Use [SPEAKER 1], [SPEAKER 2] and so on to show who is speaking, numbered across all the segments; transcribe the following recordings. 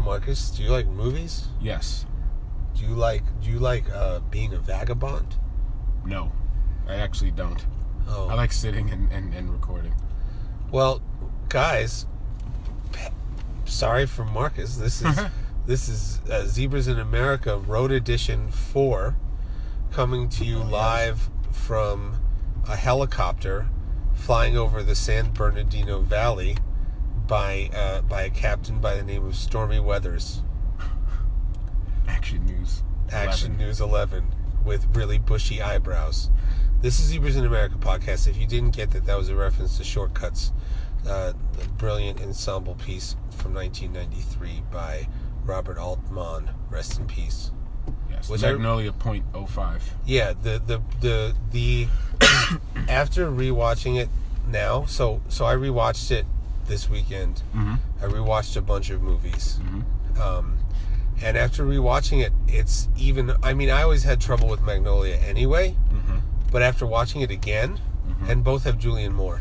[SPEAKER 1] Marcus, do you like movies?
[SPEAKER 2] Yes.
[SPEAKER 1] Do you like do you like uh, being a vagabond?
[SPEAKER 2] No. I actually don't.
[SPEAKER 1] Oh,
[SPEAKER 2] I like sitting and, and, and recording.
[SPEAKER 1] Well, guys, pe- sorry for Marcus. This is this is uh, Zebras in America Road Edition Four, coming to you
[SPEAKER 2] Oh, yes.
[SPEAKER 1] live from a helicopter flying over the San Bernardino Valley by uh, by a captain by the name of Stormy Weathers.
[SPEAKER 2] Action news.
[SPEAKER 1] Action
[SPEAKER 2] 11.
[SPEAKER 1] News 11 with really bushy eyebrows. This is Zebras in America podcast. If you didn't get that, that was a reference to Shortcuts, uh, the brilliant ensemble piece from 1993 by Robert Altman. Rest in peace.
[SPEAKER 2] Yes.
[SPEAKER 1] Was
[SPEAKER 2] Was
[SPEAKER 1] there-
[SPEAKER 2] Magnolia .05.
[SPEAKER 1] Yeah, the the the the after rewatching it now, so so I rewatched it this weekend.
[SPEAKER 2] Mm-hmm.
[SPEAKER 1] I rewatched a bunch of movies.
[SPEAKER 2] Mm-hmm.
[SPEAKER 1] Um, and after rewatching it, it's even. I mean, I always had trouble with Magnolia anyway,
[SPEAKER 2] Mm-hmm.
[SPEAKER 1] but after watching it again,
[SPEAKER 2] Mhm.
[SPEAKER 1] and both have Julian Moore.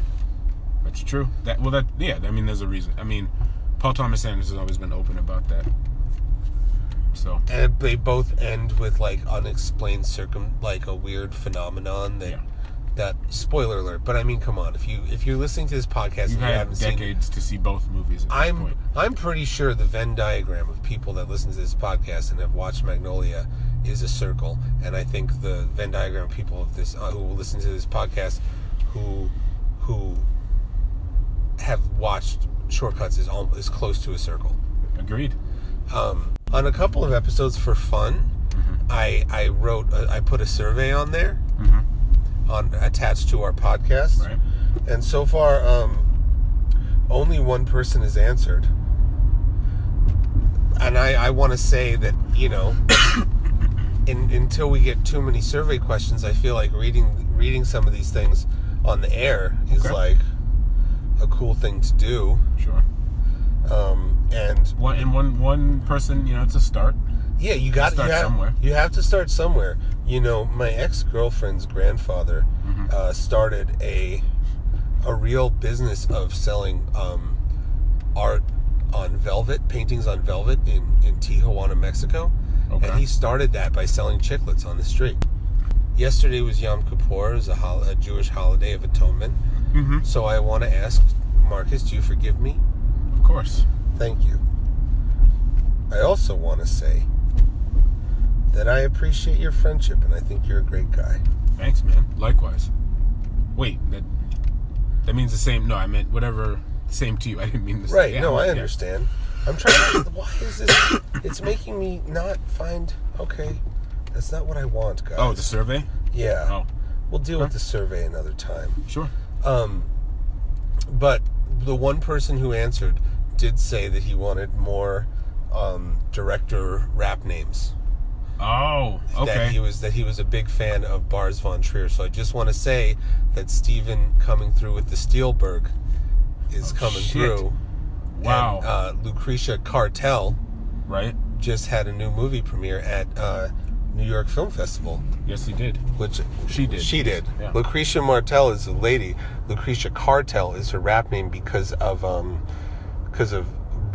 [SPEAKER 2] That's true. That well, that yeah. I mean, there's a reason. I mean, Paul Thomas Anderson has always been open about that. So
[SPEAKER 1] And they both end with like unexplained circum, like a weird phenomenon that
[SPEAKER 2] Yeah.
[SPEAKER 1] that spoiler alert. But I mean, come on, if you if you're listening to this podcast, and
[SPEAKER 2] you've
[SPEAKER 1] you
[SPEAKER 2] had
[SPEAKER 1] haven't seen it,
[SPEAKER 2] decades to see both movies. At this
[SPEAKER 1] I'm
[SPEAKER 2] point.
[SPEAKER 1] I'm pretty sure the Venn diagram of people that listen to this podcast and have watched Magnolia is a circle, and I think the Venn diagram of people of this uh, who will listen to this podcast who who have watched Shortcuts is almost is close to a circle.
[SPEAKER 2] agreed.
[SPEAKER 1] Um, on a couple of episodes for fun,
[SPEAKER 2] Mm-hmm.
[SPEAKER 1] I I wrote uh, I put a survey on there
[SPEAKER 2] hmm
[SPEAKER 1] on attached to our podcast,
[SPEAKER 2] Right.
[SPEAKER 1] and so far um, only one person has answered and i, I want to say that you know in, until we get too many survey questions i feel like reading reading some of these things on the air is
[SPEAKER 2] Okay.
[SPEAKER 1] like a cool thing to do
[SPEAKER 2] Sure.
[SPEAKER 1] um, and
[SPEAKER 2] One and one one person. You know, it's a start.
[SPEAKER 1] yeah you got
[SPEAKER 2] start
[SPEAKER 1] you have,
[SPEAKER 2] somewhere.
[SPEAKER 1] you have to start somewhere you know my ex-girlfriend's grandfather
[SPEAKER 2] Mhm.
[SPEAKER 1] uh, started a a real business of selling um, art on velvet, paintings on velvet in, in Tijuana, Mexico. And
[SPEAKER 2] Okay.
[SPEAKER 1] he started that by selling chiclets on the street. Yesterday was Yom Kippur, it was a, hol- a Jewish holiday of atonement.
[SPEAKER 2] Mm-hmm.
[SPEAKER 1] So I want to ask Marcus, do you forgive me?
[SPEAKER 2] Of course.
[SPEAKER 1] Thank you. I also want to say that I appreciate your friendship and I think you're a great guy.
[SPEAKER 2] Thanks, man. Likewise. Wait, that that means the same. No, I meant whatever. Same to you. I didn't mean the same.
[SPEAKER 1] Right.
[SPEAKER 2] Yeah,
[SPEAKER 1] no, I
[SPEAKER 2] yeah.
[SPEAKER 1] understand. I'm trying. to, why is this? It's making me not find. Okay, that's not what I want, guys.
[SPEAKER 2] Oh, the survey.
[SPEAKER 1] yeah.
[SPEAKER 2] Oh,
[SPEAKER 1] We'll deal with
[SPEAKER 2] Okay.
[SPEAKER 1] the survey another time.
[SPEAKER 2] sure.
[SPEAKER 1] Um, but the one person who answered did say that he wanted more um, director rap names.
[SPEAKER 2] Oh,
[SPEAKER 1] That he
[SPEAKER 2] okay.
[SPEAKER 1] was that he was a big fan of Bars von Trier. So I just want to say that Steven coming through with the Steelberg is
[SPEAKER 2] Oh,
[SPEAKER 1] coming
[SPEAKER 2] shit.
[SPEAKER 1] through.
[SPEAKER 2] Wow.
[SPEAKER 1] And, uh, Lucretia Cartel
[SPEAKER 2] right.
[SPEAKER 1] just had a new movie premiere at uh, New York Film Festival,
[SPEAKER 2] Yes, he did.
[SPEAKER 1] which
[SPEAKER 2] She did.
[SPEAKER 1] she did.
[SPEAKER 2] Yeah.
[SPEAKER 1] Lucretia Martel is a lady. Lucretia Cartel is her rap name because of um, because of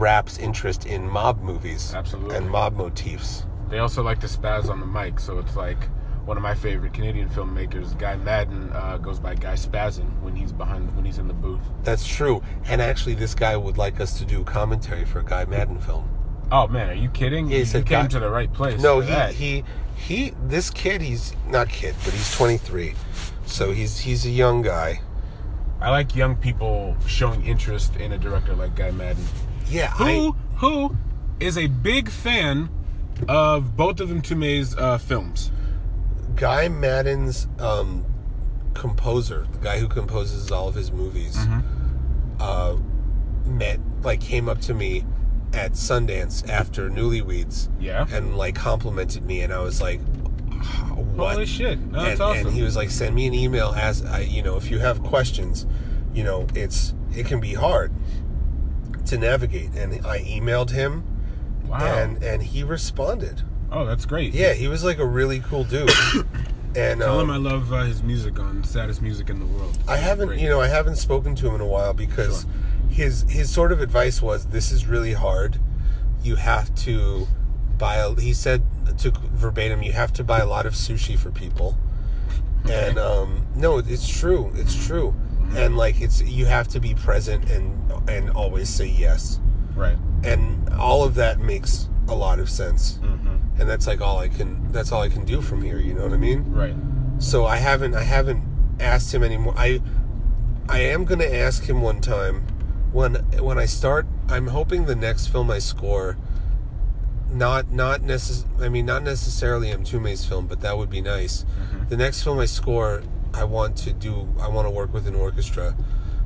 [SPEAKER 1] rap's interest in mob movies
[SPEAKER 2] Absolutely.
[SPEAKER 1] and mob motifs.
[SPEAKER 2] They also like to spaz on the mic, so it's like one of my favorite Canadian filmmakers, Guy Madden, uh, goes by Guy Spazin when he's behind when he's in the booth.
[SPEAKER 1] That's true. And actually, this guy would like us to do commentary for a Guy Madden film.
[SPEAKER 2] Oh man, are you kidding?
[SPEAKER 1] Yeah, he
[SPEAKER 2] you
[SPEAKER 1] said
[SPEAKER 2] came
[SPEAKER 1] Guy-
[SPEAKER 2] to the right place.
[SPEAKER 1] No,
[SPEAKER 2] for that.
[SPEAKER 1] he he he. This kid, he's not kid, but he's 23, so he's he's a young guy.
[SPEAKER 2] I like young people showing interest in a director like Guy Madden,
[SPEAKER 1] Yeah,
[SPEAKER 2] who
[SPEAKER 1] I-
[SPEAKER 2] who is a big fan of both of them Tume's uh, films.
[SPEAKER 1] Guy Madden's um, composer, the guy who composes all of his movies,
[SPEAKER 2] Mm-hmm.
[SPEAKER 1] uh, met like came up to me at Sundance after Newlyweds,
[SPEAKER 2] Yeah.
[SPEAKER 1] and like complimented me, and I was like, "What?"
[SPEAKER 2] Holy shit! No,
[SPEAKER 1] and,
[SPEAKER 2] that's awesome.
[SPEAKER 1] and he was like, "Send me an email as I, you know, if you have questions, you know, it's it can be hard to navigate." And I emailed him,
[SPEAKER 2] wow.
[SPEAKER 1] and and he responded.
[SPEAKER 2] oh, that's great.
[SPEAKER 1] Yeah, he was like a really cool dude. and
[SPEAKER 2] Tell
[SPEAKER 1] um,
[SPEAKER 2] him I love uh, his music on Saddest Music in the World.
[SPEAKER 1] I haven't,
[SPEAKER 2] Great.
[SPEAKER 1] you know, I haven't spoken to him in a while because
[SPEAKER 2] Sure.
[SPEAKER 1] his his sort of advice was, "This is really hard. you have to buy. A, he said to verbatim, you have to buy a lot of sushi for people. And um, no, it's true. It's true.
[SPEAKER 2] Mm-hmm.
[SPEAKER 1] And like it's you have to be present and and always say yes.
[SPEAKER 2] Right.
[SPEAKER 1] And all of that makes a lot of sense.
[SPEAKER 2] Mm-hmm.
[SPEAKER 1] And that's like all I can. That's all I can do from here. You know what I mean?
[SPEAKER 2] Right.
[SPEAKER 1] so I haven't I haven't asked him anymore. I I am gonna ask him one time when when I start. I'm hoping the next film I score, not not necess- I mean not necessarily Mtume's film, but that would be nice. The next film I score, I want to do. I want to work with an orchestra,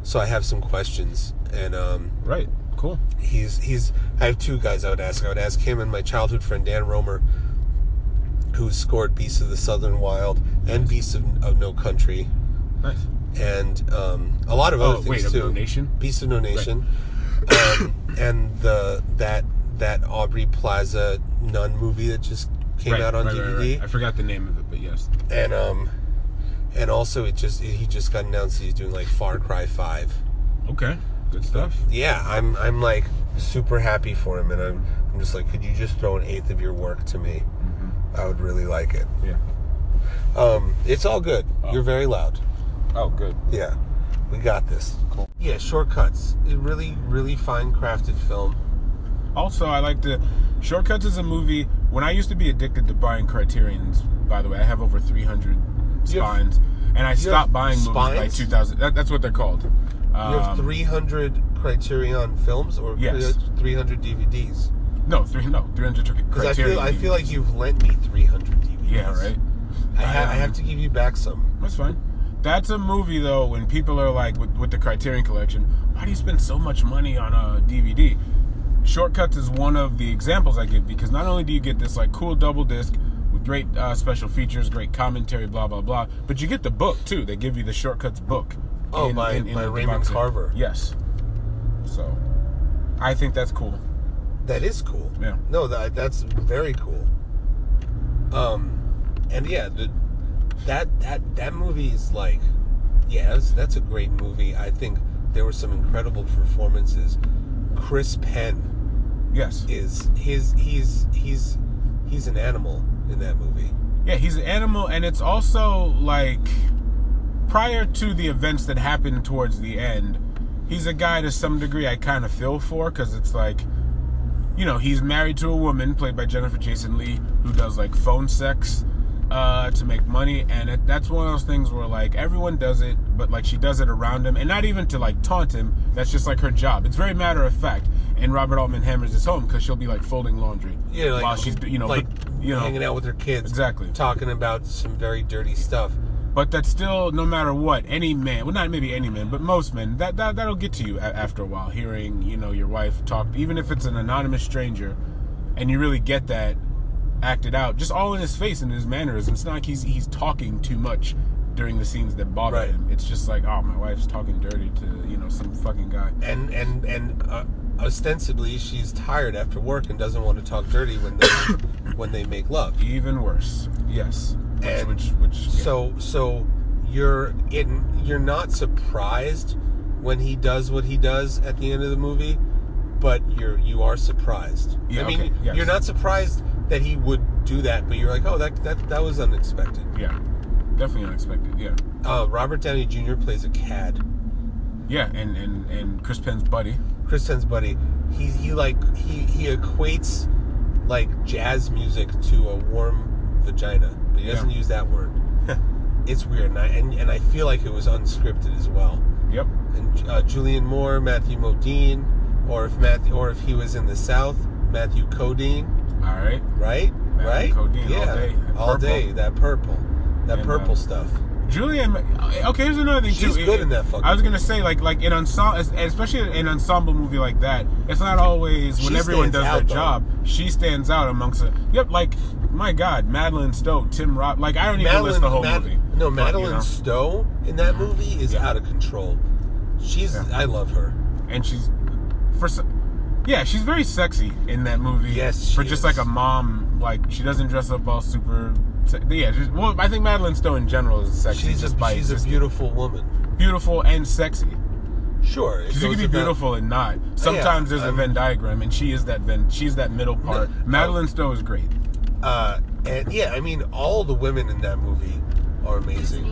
[SPEAKER 1] so I have some questions and. um
[SPEAKER 2] Right. Cool.
[SPEAKER 1] he's he's I have two guys I would ask. I would ask him and my childhood friend Dan Romer, who scored Beasts of the Southern Wild and Beasts of, of No Country,
[SPEAKER 2] Nice.
[SPEAKER 1] and um, a lot of other
[SPEAKER 2] Oh,
[SPEAKER 1] things
[SPEAKER 2] wait, of
[SPEAKER 1] too.
[SPEAKER 2] No Nation?
[SPEAKER 1] Beasts of No Nation, um, and the that that Aubrey Plaza nun movie that just came out on DVD
[SPEAKER 2] I forgot the name of it, but yes.
[SPEAKER 1] and um and also it just he just got announced that he's doing like Far Cry Five.
[SPEAKER 2] Okay. Good stuff.
[SPEAKER 1] yeah, I'm I'm like super happy for him, and I'm I'm just like, could you just throw an eighth of your work to me? I would really like it.
[SPEAKER 2] Yeah.
[SPEAKER 1] Um, it's all good. You're very loud.
[SPEAKER 2] Oh, good.
[SPEAKER 1] Yeah, we got this.
[SPEAKER 2] Cool.
[SPEAKER 1] Yeah, shortcuts. A really really fine crafted film.
[SPEAKER 2] Also, I like to. Shortcuts is a movie. When I used to be addicted to buying Criterion's, by the way, I have over 300
[SPEAKER 1] You have-
[SPEAKER 2] spines, and I stopped buying
[SPEAKER 1] spines?
[SPEAKER 2] movies by 2000. That, that's what they're called.
[SPEAKER 1] You have
[SPEAKER 2] Um,
[SPEAKER 1] 300 Criterion films or
[SPEAKER 2] Yes.
[SPEAKER 1] 300 DVDs.
[SPEAKER 2] No, three. No, 300 tr-
[SPEAKER 1] Because I
[SPEAKER 2] Criterion.
[SPEAKER 1] feel I feel
[SPEAKER 2] DVDs.
[SPEAKER 1] like you've lent me 300 DVDs.
[SPEAKER 2] Yeah. Right.
[SPEAKER 1] I, ha- I
[SPEAKER 2] um,
[SPEAKER 1] have to give you back some.
[SPEAKER 2] That's fine. That's a movie though. When people are like with, with the Criterion Collection, why do you spend so much money on a DVD? Shortcuts is one of the examples I give because not only do you get this like cool double disc with great uh, special features, great commentary, blah blah blah, but you get the book too. They give you the Shortcuts book.
[SPEAKER 1] Oh, by- by
[SPEAKER 2] the
[SPEAKER 1] Raymond
[SPEAKER 2] box set.
[SPEAKER 1] Carver.
[SPEAKER 2] Yes. So, I think that's cool.
[SPEAKER 1] That is cool.
[SPEAKER 2] Yeah.
[SPEAKER 1] No, that that's very cool. Um, and yeah, the, that that that movie is like, yeah, that's, that's a great movie. I think there were some incredible performances. Chris Penn
[SPEAKER 2] Yes.
[SPEAKER 1] is his he's he's he's an animal in that movie.
[SPEAKER 2] Yeah, he's an animal, and it's also like prior to the events that happened towards the end, he's a guy to some degree I kind of feel for because it's like, you know, he's married to a woman played by Jennifer Jason Lee who does like phone sex uh, to make money, and it, that's one of those things where like everyone does it, but like she does it around him, and not even to like taunt him. That's just like her job. It's very matter of fact. And Robert Altman hammers this home because she'll be like folding laundry
[SPEAKER 1] Yeah, like
[SPEAKER 2] while she's you know
[SPEAKER 1] like
[SPEAKER 2] but, you know
[SPEAKER 1] hanging out with her kids,
[SPEAKER 2] Exactly.
[SPEAKER 1] talking about some very dirty stuff.
[SPEAKER 2] But that's still, no matter what, any man, well, not maybe any man, but most men, that, that, that'll get to you a- after a while, hearing, you know, your wife talk, even if it's an anonymous stranger, and you really get that acted out, just all in his face and his mannerisms. It's not like he's, he's talking too much during the scenes that bother
[SPEAKER 1] Right.
[SPEAKER 2] him. It's just like, oh, my wife's talking dirty to, you know, some fucking guy.
[SPEAKER 1] and and and uh, ostensibly she's tired after work and doesn't want to talk dirty when they when they make love.
[SPEAKER 2] Even worse. Yes. Which,
[SPEAKER 1] And
[SPEAKER 2] which, which, yeah.
[SPEAKER 1] So so you're in you're not surprised when he does what he does at the end of the movie, but you're you are surprised.
[SPEAKER 2] Yeah,
[SPEAKER 1] I mean,
[SPEAKER 2] okay, yes.
[SPEAKER 1] you're not surprised that he would do that, but you're like, oh, that that that was unexpected.
[SPEAKER 2] yeah. Definitely unexpected. Yeah.
[SPEAKER 1] Uh, Robert Downey Jr. plays a cad.
[SPEAKER 2] Yeah. And, and, and Chris Penn's buddy.
[SPEAKER 1] Kristen's buddy, he he like he he equates like jazz music to a warm vagina, but he doesn't
[SPEAKER 2] Yeah.
[SPEAKER 1] use that word. it's weird, and I and, and I feel like it was unscripted as well.
[SPEAKER 2] Yep.
[SPEAKER 1] And uh, Julian Moore, Matthew Modine, or if Matthew or if he was in the South, Matthew Codine,
[SPEAKER 2] All right.
[SPEAKER 1] right?
[SPEAKER 2] Matthew
[SPEAKER 1] right?
[SPEAKER 2] Modine all
[SPEAKER 1] yeah,
[SPEAKER 2] day. That
[SPEAKER 1] all
[SPEAKER 2] purple.
[SPEAKER 1] day. That purple, that
[SPEAKER 2] And, uh,
[SPEAKER 1] purple stuff.
[SPEAKER 2] Julian, okay, here's another thing
[SPEAKER 1] She's
[SPEAKER 2] too.
[SPEAKER 1] good in that fucking
[SPEAKER 2] I was gonna say like like in ensemble, especially in an ensemble movie like that, it's not always when
[SPEAKER 1] She
[SPEAKER 2] everyone
[SPEAKER 1] stands
[SPEAKER 2] does their
[SPEAKER 1] out, though.
[SPEAKER 2] job. She stands out amongst. A, yep, like my God, Madeline Stowe, Tim Roth. Like I don't even list the whole
[SPEAKER 1] Mad-
[SPEAKER 2] movie.
[SPEAKER 1] No,
[SPEAKER 2] but, you
[SPEAKER 1] Madeline
[SPEAKER 2] know, Mm-hmm.
[SPEAKER 1] Stowe in that movie is
[SPEAKER 2] Yeah.
[SPEAKER 1] out of control. She's
[SPEAKER 2] Yeah.
[SPEAKER 1] I love her.
[SPEAKER 2] and she's for some, yeah, she's very sexy in that movie.
[SPEAKER 1] Yes, she
[SPEAKER 2] for just like
[SPEAKER 1] is.
[SPEAKER 2] a mom, like she doesn't dress up all super. se- yeah, just, well, I think Madeline Stowe in general is sexy.
[SPEAKER 1] She's
[SPEAKER 2] just
[SPEAKER 1] a,
[SPEAKER 2] by
[SPEAKER 1] she's a
[SPEAKER 2] existing.
[SPEAKER 1] beautiful woman.
[SPEAKER 2] beautiful and sexy.
[SPEAKER 1] Sure,
[SPEAKER 2] Because you
[SPEAKER 1] goes Oh,
[SPEAKER 2] can be
[SPEAKER 1] about-
[SPEAKER 2] beautiful and not. Sometimes there's
[SPEAKER 1] I'm-
[SPEAKER 2] a Venn diagram, and she is that Venn. She's that middle part.
[SPEAKER 1] No,
[SPEAKER 2] Madeline Stowe is great.
[SPEAKER 1] Uh, and yeah, I mean, all the women in that movie are amazing.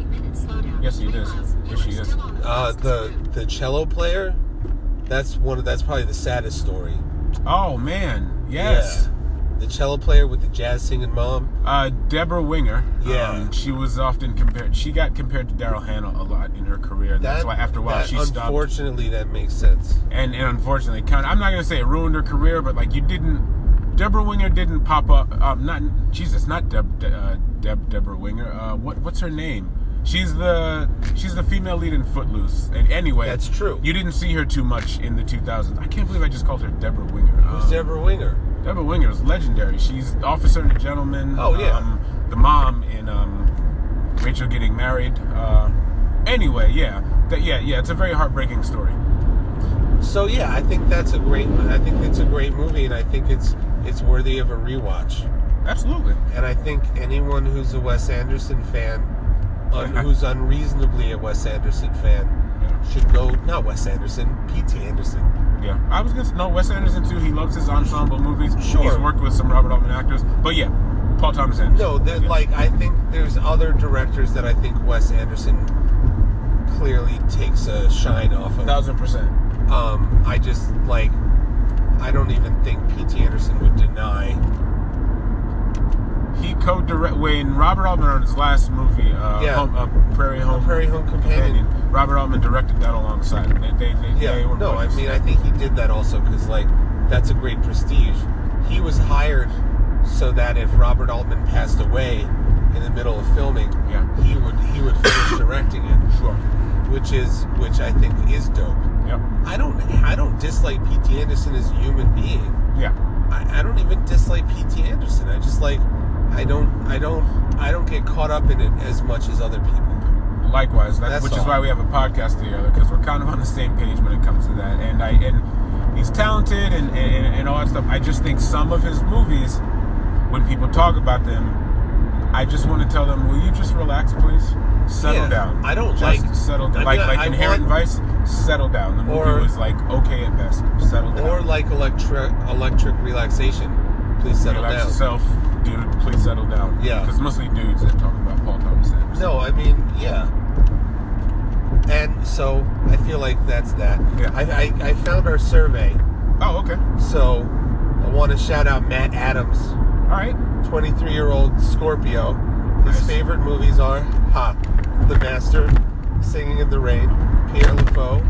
[SPEAKER 2] Yes, he does. Yes, she is.
[SPEAKER 1] Uh, the the cello player, that's one of that's probably the saddest story.
[SPEAKER 2] Oh man, yes.
[SPEAKER 1] Yeah. The cello player with the jazz singing mom.
[SPEAKER 2] Uh, Deborah Winger. Um,
[SPEAKER 1] Yeah.
[SPEAKER 2] she was often compared. She got compared to Daryl Hannah a lot in her career. and that's
[SPEAKER 1] That-
[SPEAKER 2] why after a while
[SPEAKER 1] that-
[SPEAKER 2] she stopped.
[SPEAKER 1] Unfortunately, that makes sense.
[SPEAKER 2] and and unfortunately kind of, I'm not gonna say it ruined her career, but like you didn't. Deborah Winger didn't pop up. Um, not Jesus, not Deb, De, uh, Deb Deborah Winger. Uh, what what's her name? She's the she's the female lead in Footloose. And anyway,
[SPEAKER 1] That's true.
[SPEAKER 2] You didn't see her too much in the 2000s. I can't believe I just called her Deborah Winger.
[SPEAKER 1] Who's
[SPEAKER 2] Um,
[SPEAKER 1] Deborah Winger?
[SPEAKER 2] Deborah Winger is legendary. She's Officer and a Gentleman.
[SPEAKER 1] Oh, yeah.
[SPEAKER 2] Um, the mom in um, Rachel getting married. Uh, anyway, yeah, that yeah yeah. It's a very heartbreaking story.
[SPEAKER 1] So yeah, I think that's a great. I think it's a great movie, and I think it's it's worthy of a rewatch.
[SPEAKER 2] Absolutely.
[SPEAKER 1] And I think anyone who's a Wes Anderson fan, un, who's unreasonably a Wes Anderson fan,
[SPEAKER 2] Yeah.
[SPEAKER 1] should go. Not Wes Anderson, P.T. Anderson.
[SPEAKER 2] yeah. I was gonna no Wes Anderson too. He loves his ensemble movies.
[SPEAKER 1] Sure.
[SPEAKER 2] He's worked with some Robert Altman actors, but yeah, Paul Thomas Anderson.
[SPEAKER 1] No, that
[SPEAKER 2] Yeah.
[SPEAKER 1] like I think there's other directors that I think Wes Anderson clearly takes a shine off of.
[SPEAKER 2] thousand percent.
[SPEAKER 1] Um, I just like I don't even think P.T. Anderson would deny.
[SPEAKER 2] He co-direct when Robert Altman on his last movie, uh,
[SPEAKER 1] Yeah.
[SPEAKER 2] Home, uh, Prairie Home,
[SPEAKER 1] Prairie Home Companion.
[SPEAKER 2] Robert Altman directed that alongside. him. They, they, they,
[SPEAKER 1] Yeah,
[SPEAKER 2] they were
[SPEAKER 1] no, I
[SPEAKER 2] buddies.
[SPEAKER 1] mean, I think he did that also because, like, that's a great prestige. He was hired so that if Robert Altman passed away in the middle of filming,
[SPEAKER 2] Yeah.
[SPEAKER 1] he would he would finish directing it,
[SPEAKER 2] sure.
[SPEAKER 1] which is which I think is dope.
[SPEAKER 2] Yep.
[SPEAKER 1] I don't I don't dislike P.T. Anderson as a human being.
[SPEAKER 2] Yeah.
[SPEAKER 1] I, I don't even dislike P.T. Anderson. I just like I don't I don't I don't get caught up in it as much as other people.
[SPEAKER 2] Likewise, that,
[SPEAKER 1] That's
[SPEAKER 2] which is
[SPEAKER 1] all.
[SPEAKER 2] why we have a podcast together because we're kind of on the same page when it comes to that. And I and he's talented and, and and all that stuff. I just think some of his movies, when people talk about them, I just want to tell them, will you just relax, please? Settle
[SPEAKER 1] Yeah,
[SPEAKER 2] down.
[SPEAKER 1] I don't
[SPEAKER 2] just
[SPEAKER 1] like-
[SPEAKER 2] settle
[SPEAKER 1] I
[SPEAKER 2] down.
[SPEAKER 1] mean,
[SPEAKER 2] Like like
[SPEAKER 1] I
[SPEAKER 2] Inherent
[SPEAKER 1] want-
[SPEAKER 2] Vice, settle down. The movie
[SPEAKER 1] Or-
[SPEAKER 2] was like okay at best. Settle down.
[SPEAKER 1] Or like electric electric relaxation. Please settle
[SPEAKER 2] relax
[SPEAKER 1] down.
[SPEAKER 2] yourself, dude. Please settle down.
[SPEAKER 1] Yeah.
[SPEAKER 2] Because mostly dudes that talk about Paul Thomas Anderson.
[SPEAKER 1] No, I mean, yeah. And so I feel like that's that.
[SPEAKER 2] Yeah.
[SPEAKER 1] I, I, I found our survey,
[SPEAKER 2] Oh, okay.
[SPEAKER 1] so I want to shout out Matt Adams,
[SPEAKER 2] All right.
[SPEAKER 1] 23 year old Scorpio. His
[SPEAKER 2] Nice.
[SPEAKER 1] favorite movies are Ha, The Master, Singing in the Rain, Pierre LeFaux,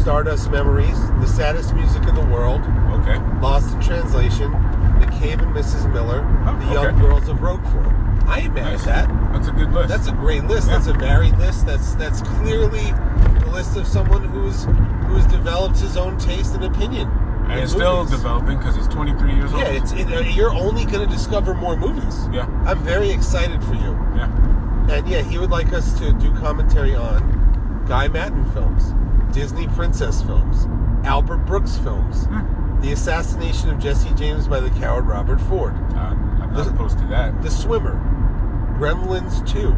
[SPEAKER 1] Stardust Memories, The Saddest Music in the World,
[SPEAKER 2] Okay.
[SPEAKER 1] Lost in Translation, McCabe and Mrs. Miller,
[SPEAKER 2] Oh,
[SPEAKER 1] The Young
[SPEAKER 2] okay.
[SPEAKER 1] Girls of Roquefort. I ain't mad
[SPEAKER 2] Nice.
[SPEAKER 1] at that.
[SPEAKER 2] That's a good list.
[SPEAKER 1] That's a great list.
[SPEAKER 2] Yeah.
[SPEAKER 1] That's a varied list. That's that's clearly the list of someone who's who's developed his own taste and opinion.
[SPEAKER 2] and
[SPEAKER 1] in
[SPEAKER 2] it's still
[SPEAKER 1] movies.
[SPEAKER 2] developing because he's 23 years old.
[SPEAKER 1] Yeah, it's it, uh, you're only going to discover more movies.
[SPEAKER 2] yeah,
[SPEAKER 1] I'm very excited for you.
[SPEAKER 2] yeah.
[SPEAKER 1] And yeah, he would like us to do commentary on Guy Madden films, Disney princess films, Albert Brooks films,
[SPEAKER 2] Hmm.
[SPEAKER 1] the assassination of Jesse James by the coward Robert Ford.
[SPEAKER 2] Uh, I'm not
[SPEAKER 1] The-
[SPEAKER 2] opposed to that.
[SPEAKER 1] The Swimmer, Gremlins 2,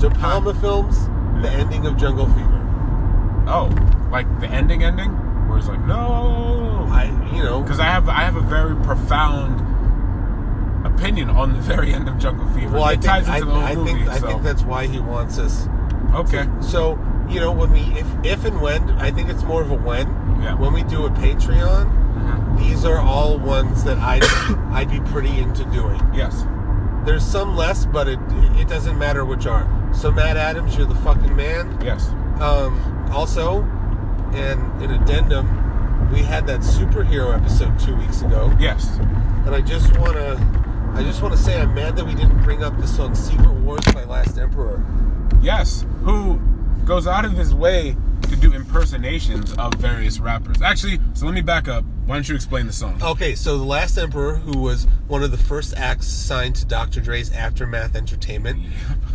[SPEAKER 1] De Palma Films, The Ending of Jungle Fever.
[SPEAKER 2] Oh, like the ending, ending, where he's like, no,
[SPEAKER 1] I, you know,
[SPEAKER 2] because I have I have a very profound opinion on the very end of Jungle Fever.
[SPEAKER 1] well,
[SPEAKER 2] it
[SPEAKER 1] I think,
[SPEAKER 2] ties into
[SPEAKER 1] I,
[SPEAKER 2] the whole
[SPEAKER 1] I
[SPEAKER 2] movie.
[SPEAKER 1] think, I
[SPEAKER 2] so.
[SPEAKER 1] think that's why he wants us.
[SPEAKER 2] okay.
[SPEAKER 1] So, you know, when we, if, if and when, I think it's more of a when,
[SPEAKER 2] Yeah.
[SPEAKER 1] when we do a Patreon,
[SPEAKER 2] Mhm.
[SPEAKER 1] these are all ones that I'd, I'd be pretty into doing.
[SPEAKER 2] Yes.
[SPEAKER 1] There's some less, but it, it doesn't matter which are. So, Matt Adams, you're the fucking man.
[SPEAKER 2] Yes.
[SPEAKER 1] Um, also, and an addendum, we had that superhero episode two weeks ago,
[SPEAKER 2] Yes.
[SPEAKER 1] and I just wanna, I just wanna say I'm mad that we didn't bring up the song "Secret Wars" by Last Emperor.
[SPEAKER 2] Yes, who goes out of his way to do impersonations of various rappers. Actually, so let me back up. Why don't you explain the song?
[SPEAKER 1] Okay, so the Last Emperor, who was one of the first acts signed to Dr. Dre's Aftermath Entertainment,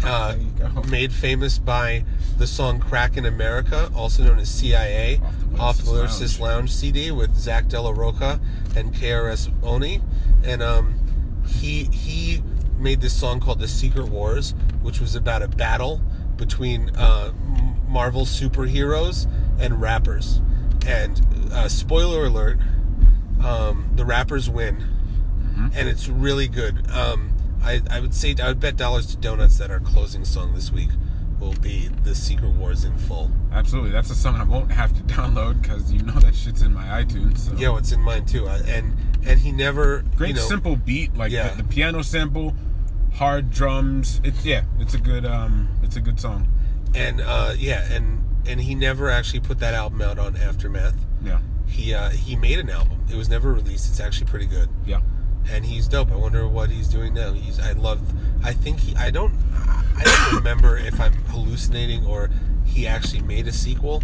[SPEAKER 1] uh,
[SPEAKER 2] There you go.
[SPEAKER 1] made famous by the song "Crack in America," also known as CIA,
[SPEAKER 2] Off
[SPEAKER 1] off
[SPEAKER 2] the
[SPEAKER 1] the
[SPEAKER 2] Lyricist
[SPEAKER 1] Lyricist Lounge CD with Zach Della Roca and KRS Oni, and um, he he made this song called "The Secret Wars," which was about a battle between uh, m- Marvel superheroes and rappers. And uh, spoiler alert: um, the rappers win, and it's really good. Um, I, I would say I would bet dollars to donuts that our closing song this week will be the Secret Wars in full.
[SPEAKER 2] Absolutely. That's a song I won't have to download because you know that shit's in my iTunes. So.
[SPEAKER 1] Yeah, well, it's in mine too. I, and and he never
[SPEAKER 2] Great
[SPEAKER 1] you know,
[SPEAKER 2] simple beat, like
[SPEAKER 1] Yeah.
[SPEAKER 2] the, the piano sample, hard drums. It's yeah, it's a good um, it's a good song.
[SPEAKER 1] and uh, yeah, and and he never actually put that album out on Aftermath.
[SPEAKER 2] Yeah,
[SPEAKER 1] He uh, he made an album. It was never released. It's actually pretty good,
[SPEAKER 2] yeah.
[SPEAKER 1] and he's dope. I wonder what he's doing now. He's I love. I think he. I don't. I don't remember if I'm hallucinating or he actually made a sequel.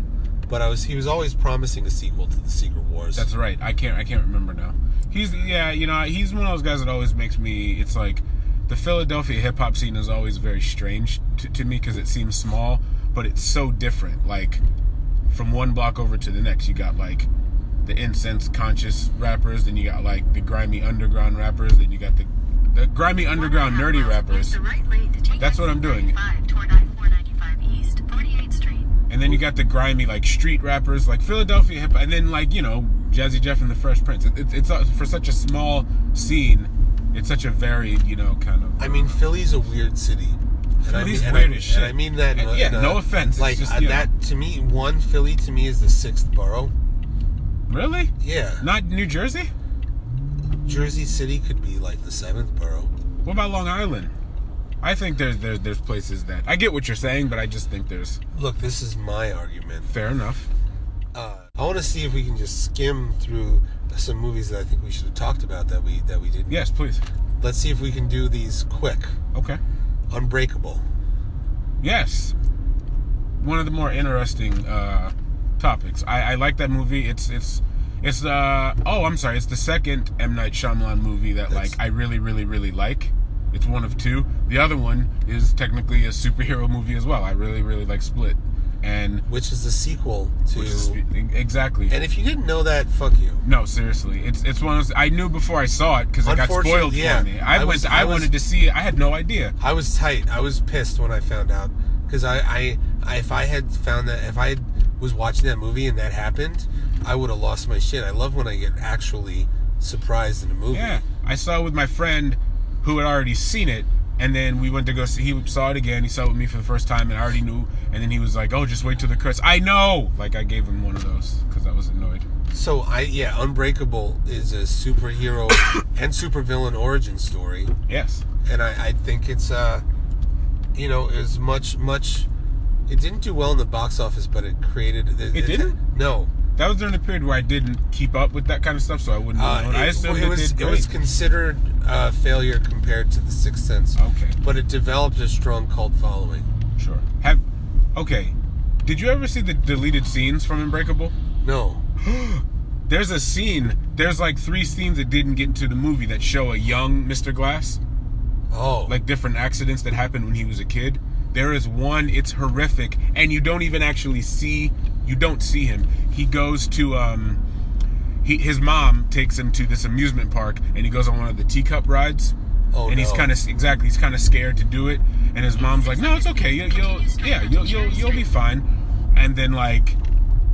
[SPEAKER 1] But I was. He was always promising a sequel to the Secret Wars.
[SPEAKER 2] That's right. I can't. I can't remember now. He's yeah. You know, he's one of those guys that always makes me. It's like the Philadelphia hip hop scene is always very strange to, to me because it seems small, but it's so different. Like from one block over to the next, you got like the incense conscious rappers, then you got like the grimy underground rappers, then you got the the grimy underground nerdy rappers,
[SPEAKER 3] That's what I'm doing.
[SPEAKER 2] and then you got the grimy like street rappers, like Philadelphia hip, and then like you know Jazzy Jeff and the Fresh Prince. It, it, it's uh, for such a small scene, it's such a varied you know kind of.
[SPEAKER 1] I mean, Philly's a weird city. And
[SPEAKER 2] Philly's
[SPEAKER 1] I mean,
[SPEAKER 2] weird
[SPEAKER 1] and I,
[SPEAKER 2] as shit.
[SPEAKER 1] And I mean that. in a-
[SPEAKER 2] Yeah,
[SPEAKER 1] in a-
[SPEAKER 2] no offense, it's
[SPEAKER 1] Like
[SPEAKER 2] just,
[SPEAKER 1] uh,
[SPEAKER 2] you know.
[SPEAKER 1] that to me, one Philly to me is the sixth borough.
[SPEAKER 2] Really?
[SPEAKER 1] Yeah,
[SPEAKER 2] Not New Jersey?
[SPEAKER 1] Jersey City could be like the seventh borough.
[SPEAKER 2] What about Long Island? I think there's there's there's places that I get what you're saying, but I just think there's
[SPEAKER 1] Look, this is my argument.
[SPEAKER 2] fair enough.
[SPEAKER 1] Uh, I want to see if we can just skim through some movies that I think we should have talked about that we that we didn't.
[SPEAKER 2] Yes, please.
[SPEAKER 1] Let's see if we can do these quick.
[SPEAKER 2] Okay.
[SPEAKER 1] Unbreakable.
[SPEAKER 2] Yes. One of the more interesting uh, topics. I, I like that movie. It's it's it's uh oh I'm sorry. It's the second M Night Shyamalan movie that like
[SPEAKER 1] That's-
[SPEAKER 2] I really really really like. It's one of two. The other one is technically a superhero movie as well. I really really like Split, and
[SPEAKER 1] Which is the sequel to.
[SPEAKER 2] which is e, exactly
[SPEAKER 1] and if you didn't know that, fuck you.
[SPEAKER 2] No, seriously, it's it's one of those, I knew before I saw it because it got
[SPEAKER 1] Unfortunately,
[SPEAKER 2] spoiled
[SPEAKER 1] yeah.
[SPEAKER 2] for me. I,
[SPEAKER 1] I
[SPEAKER 2] went,
[SPEAKER 1] was-
[SPEAKER 2] I,
[SPEAKER 1] I was-
[SPEAKER 2] wanted to see it. I had no idea.
[SPEAKER 1] I was tight. I was pissed when I found out because I, I, I, if I had found that, if I was watching that movie and that happened, I would have lost my shit. I love when I get actually surprised in a movie.
[SPEAKER 2] Yeah, I saw it with my friend who had already seen it, and then we went to go see. He saw it again. He saw it with me for the first time, and I already knew. And then he was like, "Oh, just wait till the credits." I know. Like I gave him one of those because I was annoyed.
[SPEAKER 1] So I, yeah, Unbreakable is a superhero and supervillain origin story,
[SPEAKER 2] Yes.
[SPEAKER 1] and I, I think it's, uh, you know, is much, much. It didn't do well in the box office, but it created. It,
[SPEAKER 2] didn't?
[SPEAKER 1] No,
[SPEAKER 2] That was during the period where I didn't keep up with that kind of stuff, so I wouldn't.
[SPEAKER 1] Uh,
[SPEAKER 2] have known. Oh, I
[SPEAKER 1] it-
[SPEAKER 2] assumed
[SPEAKER 1] it,
[SPEAKER 2] it,
[SPEAKER 1] was
[SPEAKER 2] did
[SPEAKER 1] it was
[SPEAKER 2] great.
[SPEAKER 1] considered a failure compared to the Sixth Sense.
[SPEAKER 2] Okay.
[SPEAKER 1] But it developed a strong cult following.
[SPEAKER 2] Sure. Have okay. Did you ever see the deleted scenes from Unbreakable?
[SPEAKER 1] No,
[SPEAKER 2] there's a scene there's like three scenes that didn't get into the movie that show a young mr glass
[SPEAKER 1] oh,
[SPEAKER 2] like different accidents that happened when he was a kid there is one it's horrific and you don't even actually see you don't see him he goes to um he, his mom takes him to this amusement park and he goes on one of the teacup rides
[SPEAKER 1] Oh,
[SPEAKER 2] and he's
[SPEAKER 1] no.
[SPEAKER 2] kind of exactly he's kind of scared to do it and his mom's like no it's okay you, you'll yeah you'll, you'll you'll be fine and then like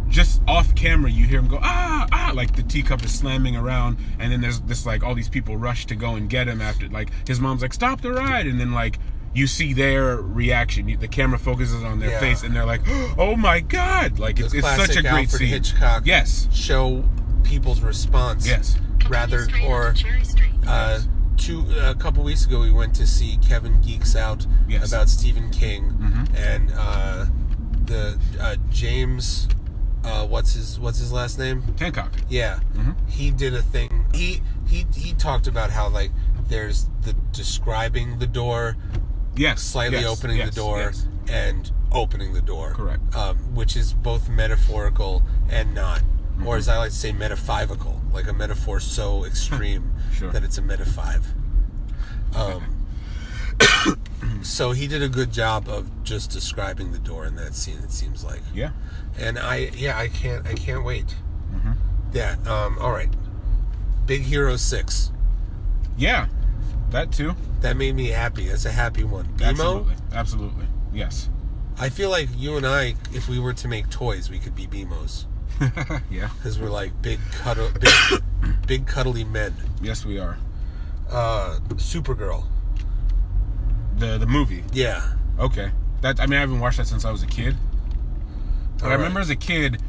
[SPEAKER 2] just off camera you hear him go ah ah like the teacup is slamming around and then there's this like all these people rush to go and get him after like his mom's like stop the ride and then like you see their reaction You- the camera focuses on their
[SPEAKER 1] Yeah.
[SPEAKER 2] face and they're like oh my god like it's,
[SPEAKER 1] The
[SPEAKER 2] it's such
[SPEAKER 1] classic
[SPEAKER 2] a great
[SPEAKER 1] Alfred
[SPEAKER 2] scene
[SPEAKER 1] Hitchcock.
[SPEAKER 2] yes
[SPEAKER 1] show people's response.
[SPEAKER 2] yes
[SPEAKER 1] Rather, or uh, two a couple weeks ago, we went to see Kevin Geeks Out
[SPEAKER 2] Yes.
[SPEAKER 1] about Stephen King
[SPEAKER 2] Mhm.
[SPEAKER 1] and uh, the uh, James. Uh, what's his What's his last name?
[SPEAKER 2] hancock
[SPEAKER 1] Yeah,
[SPEAKER 2] Mhm.
[SPEAKER 1] he did a thing. He he he talked about how like there's the describing the door,
[SPEAKER 2] yes
[SPEAKER 1] slightly
[SPEAKER 2] yes,
[SPEAKER 1] opening
[SPEAKER 2] yes,
[SPEAKER 1] the door,
[SPEAKER 2] yes.
[SPEAKER 1] and opening the door.
[SPEAKER 2] Correct.
[SPEAKER 1] Um, which is both metaphorical and not,
[SPEAKER 2] Mm-hmm.
[SPEAKER 1] or as I like to say, metaphysical. Like a metaphor so extreme
[SPEAKER 2] Sure.
[SPEAKER 1] that it's a metafive. Um, so he did a good job of just describing the door in that scene. It seems like
[SPEAKER 2] yeah
[SPEAKER 1] and I yeah I can't I can't wait.
[SPEAKER 2] Mm-hmm.
[SPEAKER 1] Yeah. Um. All right. Big Hero Six.
[SPEAKER 2] yeah that too
[SPEAKER 1] That made me happy. That's a happy one. BMO.
[SPEAKER 2] absolutely absolutely yes
[SPEAKER 1] I feel like you and I, if we were to make toys, we could be BMOs
[SPEAKER 2] yeah.
[SPEAKER 1] because we're like big cuddle, big, big cuddly men.
[SPEAKER 2] Yes, we are.
[SPEAKER 1] Uh, Supergirl.
[SPEAKER 2] The the movie.
[SPEAKER 1] Yeah.
[SPEAKER 2] Okay. That I mean, I haven't watched that since I was a kid. But I
[SPEAKER 1] Alright.
[SPEAKER 2] remember as a kid,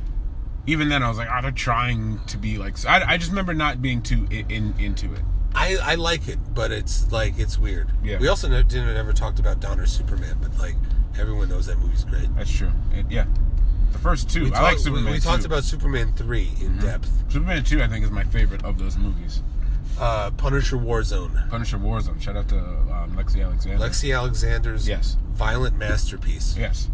[SPEAKER 2] even then I was like, oh, they're trying to be like. So I, I just remember not being too in, in into it.
[SPEAKER 1] I, I like it, but it's like it's weird.
[SPEAKER 2] Yeah.
[SPEAKER 1] We also ne- didn't ever talked about Donner Superman, but like everyone knows that movie's great.
[SPEAKER 2] That's true. It, yeah. The first two,
[SPEAKER 1] We,
[SPEAKER 2] I like
[SPEAKER 1] talked- we-
[SPEAKER 2] Superman. Mm-hmm.
[SPEAKER 1] we, talked
[SPEAKER 2] 2.
[SPEAKER 1] about Superman three in depth.
[SPEAKER 2] Superman two. I think is my favorite of those movies.
[SPEAKER 1] Uh, Punisher Warzone.
[SPEAKER 2] Punisher Warzone. Shout out to um, Lexi Alexander.
[SPEAKER 1] Lexi Alexander's
[SPEAKER 2] Yes.
[SPEAKER 1] violent masterpiece.
[SPEAKER 2] Yes.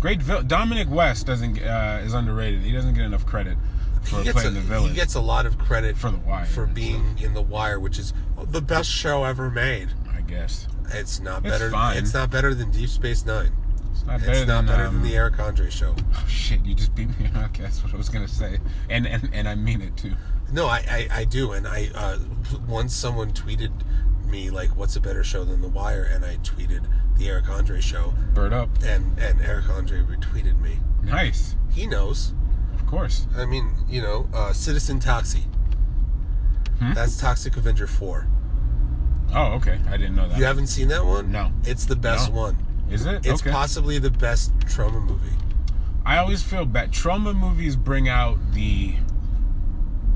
[SPEAKER 2] Great vil- Dominic West doesn't uh, is underrated. He doesn't get enough credit for
[SPEAKER 1] He gets, a,
[SPEAKER 2] playing the villain.
[SPEAKER 1] he gets a lot of credit
[SPEAKER 2] For The Wire,
[SPEAKER 1] for
[SPEAKER 2] so.
[SPEAKER 1] being in The Wire, which is the best show ever made.
[SPEAKER 2] I guess
[SPEAKER 1] It's not
[SPEAKER 2] It's
[SPEAKER 1] better.
[SPEAKER 2] fine.
[SPEAKER 1] It's not better than Deep Space Nine.
[SPEAKER 2] it's not better
[SPEAKER 1] It's
[SPEAKER 2] than,
[SPEAKER 1] not better
[SPEAKER 2] um,
[SPEAKER 1] than the Eric Andre show.
[SPEAKER 2] Oh shit! You just beat me. Okay, that's what I was gonna say, and and, and I mean it too.
[SPEAKER 1] No, I, I, I do, and I uh, once someone tweeted me like, "What's a better show than The Wire?" and I tweeted the Eric Andre show,
[SPEAKER 2] Bird up.
[SPEAKER 1] and and Eric Andre retweeted me.
[SPEAKER 2] Nice.
[SPEAKER 1] He knows.
[SPEAKER 2] Of course.
[SPEAKER 1] I mean, you know, uh, Citizen Toxie.
[SPEAKER 2] Hmm?
[SPEAKER 1] That's Toxic Avenger four.
[SPEAKER 2] Oh, okay. I didn't know that.
[SPEAKER 1] You haven't seen that one?
[SPEAKER 2] No.
[SPEAKER 1] It's the best
[SPEAKER 2] No.
[SPEAKER 1] one.
[SPEAKER 2] Is it?
[SPEAKER 1] It's
[SPEAKER 2] okay.
[SPEAKER 1] possibly the best trauma movie.
[SPEAKER 2] I always feel bad. Trauma movies bring out the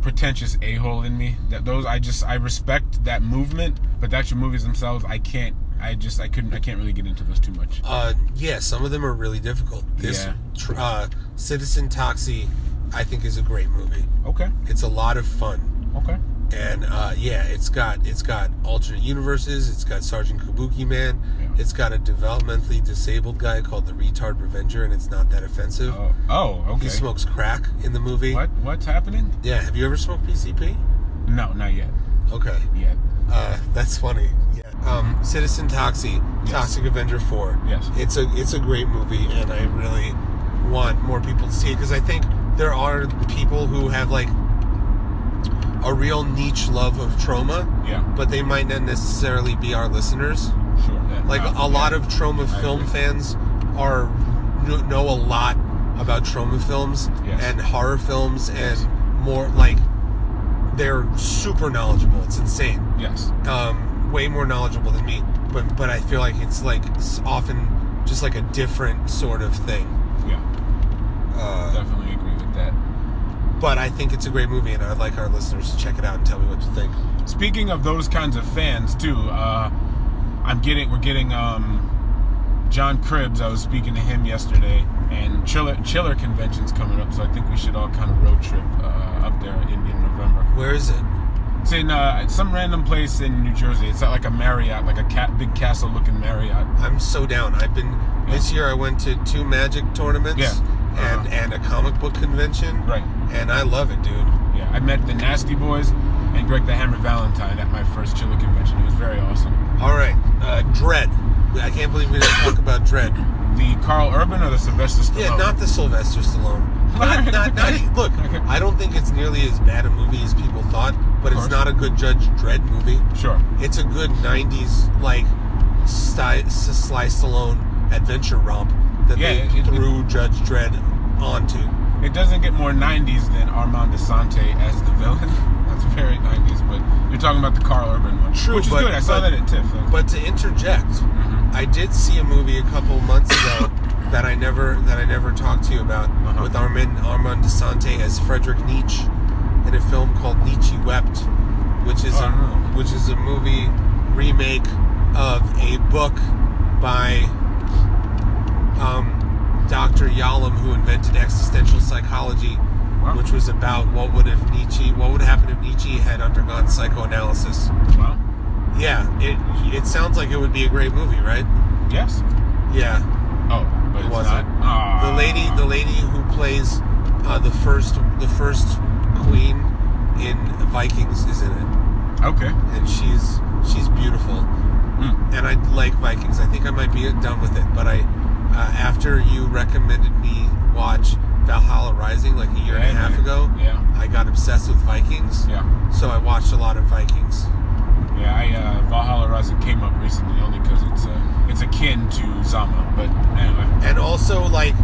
[SPEAKER 2] pretentious a hole in me. That those I just I respect that movement, but the actual movies themselves I can't. I just I couldn't. I can't really get into those too much.
[SPEAKER 1] Uh, yeah, some of them are really difficult. This
[SPEAKER 2] Yeah.
[SPEAKER 1] tr- uh, Citizen Toxie, I think, is a great movie.
[SPEAKER 2] Okay.
[SPEAKER 1] It's a lot of fun.
[SPEAKER 2] Okay.
[SPEAKER 1] and uh, yeah, it's got it's got alternate universes. It's got Sergeant Kabuki Man.
[SPEAKER 2] Yeah.
[SPEAKER 1] It's got a developmentally disabled guy called the Retard Revenger, and it's not that offensive.
[SPEAKER 2] Oh. Oh. Okay.
[SPEAKER 1] He smokes crack in the movie.
[SPEAKER 2] What? What's happening?
[SPEAKER 1] Yeah, have you ever smoked PCP?
[SPEAKER 2] No, not yet.
[SPEAKER 1] Okay,
[SPEAKER 2] Yet.
[SPEAKER 1] uh, that's funny. Yeah. Um, Citizen Toxie,
[SPEAKER 2] Yes.
[SPEAKER 1] Toxic Avenger Four.
[SPEAKER 2] Yes.
[SPEAKER 1] it's a it's a great movie, and I really want more people to see it because I think there are people who have like a real niche love of trauma.
[SPEAKER 2] Yeah.
[SPEAKER 1] but they might not necessarily be our listeners.
[SPEAKER 2] Sure. yeah,
[SPEAKER 1] Like
[SPEAKER 2] uh,
[SPEAKER 1] a lot
[SPEAKER 2] yeah.
[SPEAKER 1] of trauma
[SPEAKER 2] I
[SPEAKER 1] film
[SPEAKER 2] agree.
[SPEAKER 1] fans are kn- know a lot about trauma films
[SPEAKER 2] Yes.
[SPEAKER 1] and horror films
[SPEAKER 2] Yes.
[SPEAKER 1] and more like they're super knowledgeable. It's insane.
[SPEAKER 2] Yes.
[SPEAKER 1] Um, way more knowledgeable than me, but but I feel like it's like s- often just like a different sort of thing.
[SPEAKER 2] Yeah.
[SPEAKER 1] Uh,
[SPEAKER 2] Definitely agree with that.
[SPEAKER 1] but I think it's a great movie, and I'd like our listeners to check it out and tell me what you think.
[SPEAKER 2] Speaking of those kinds of fans too, uh, I'm getting we're getting um, John Cribbs. I was speaking to him yesterday, and Chiller Chiller convention's coming up, so I think we should all kind of road trip uh, up there in, in November.
[SPEAKER 1] Where is it?
[SPEAKER 2] It's in uh, some random place in New Jersey. It's at like a Marriott, like a cat big castle looking Marriott.
[SPEAKER 1] I'm so down. I've been this year. I went to two magic tournaments
[SPEAKER 2] Yeah.
[SPEAKER 1] and
[SPEAKER 2] Uh-huh.
[SPEAKER 1] and a comic book convention.
[SPEAKER 2] Right.
[SPEAKER 1] And I love it, dude.
[SPEAKER 2] Yeah, I met the Nasty Boys and Greg the Hammer Valentine at my first Chiller convention. It was very awesome.
[SPEAKER 1] All right, uh, Dread. I can't believe we didn't talk about Dread.
[SPEAKER 2] The Carl Urban or the Sylvester Stallone?
[SPEAKER 1] Yeah, not the Sylvester Stallone. Not, not, not, e- look,
[SPEAKER 2] Okay.
[SPEAKER 1] I don't think it's nearly as bad a movie as people thought, but it's
[SPEAKER 2] course.
[SPEAKER 1] not a good Judge Dredd movie.
[SPEAKER 2] sure.
[SPEAKER 1] It's a good '90s like Sly, Sly Stallone adventure romp that
[SPEAKER 2] Yeah,
[SPEAKER 1] they
[SPEAKER 2] it- it-
[SPEAKER 1] threw Judge Dredd onto.
[SPEAKER 2] It doesn't get more 90s than Armand DeSante as the villain. That's very 90s, but you're talking about the Carl Urban one.
[SPEAKER 1] True,
[SPEAKER 2] Which is
[SPEAKER 1] but-
[SPEAKER 2] good. I saw
[SPEAKER 1] but-
[SPEAKER 2] that at TIFF. Mm-hmm.
[SPEAKER 1] But to interject, I did see a movie a couple months ago that I never that I never talked to you about
[SPEAKER 2] Uh-huh.
[SPEAKER 1] with Armin Armand DeSante as Frederick Nietzsche in a film called Nietzsche Wept, which is
[SPEAKER 2] Oh, I
[SPEAKER 1] a
[SPEAKER 2] don't know.
[SPEAKER 1] which is a movie remake of a book by um, Dr. Yalom who invented existential psychology.
[SPEAKER 2] Wow.
[SPEAKER 1] Which was about what would if Nietzsche, what would happen if Nietzsche had undergone psychoanalysis.
[SPEAKER 2] wow.
[SPEAKER 1] Yeah, it it sounds like it would be a great movie, right?
[SPEAKER 2] Yes?
[SPEAKER 1] Yeah.
[SPEAKER 2] Oh, but it's
[SPEAKER 1] wasn't.
[SPEAKER 2] not. Ah.
[SPEAKER 1] The lady the lady who plays uh, the first the first queen in Vikings is in it.
[SPEAKER 2] Okay.
[SPEAKER 1] And she's she's beautiful.
[SPEAKER 2] Mm.
[SPEAKER 1] And I like Vikings. I think I might be done with it, but I uh, after you recommended me watch Valhalla Rising like a year and a
[SPEAKER 2] Yeah,
[SPEAKER 1] half
[SPEAKER 2] yeah.
[SPEAKER 1] ago,
[SPEAKER 2] Yeah.
[SPEAKER 1] I got obsessed with Vikings.
[SPEAKER 2] Yeah.
[SPEAKER 1] So I watched a lot of Vikings.
[SPEAKER 2] Yeah, I, uh, Valhalla Rising came up recently only because it's, uh, it's akin to Zama. But anyway,
[SPEAKER 1] And also, like,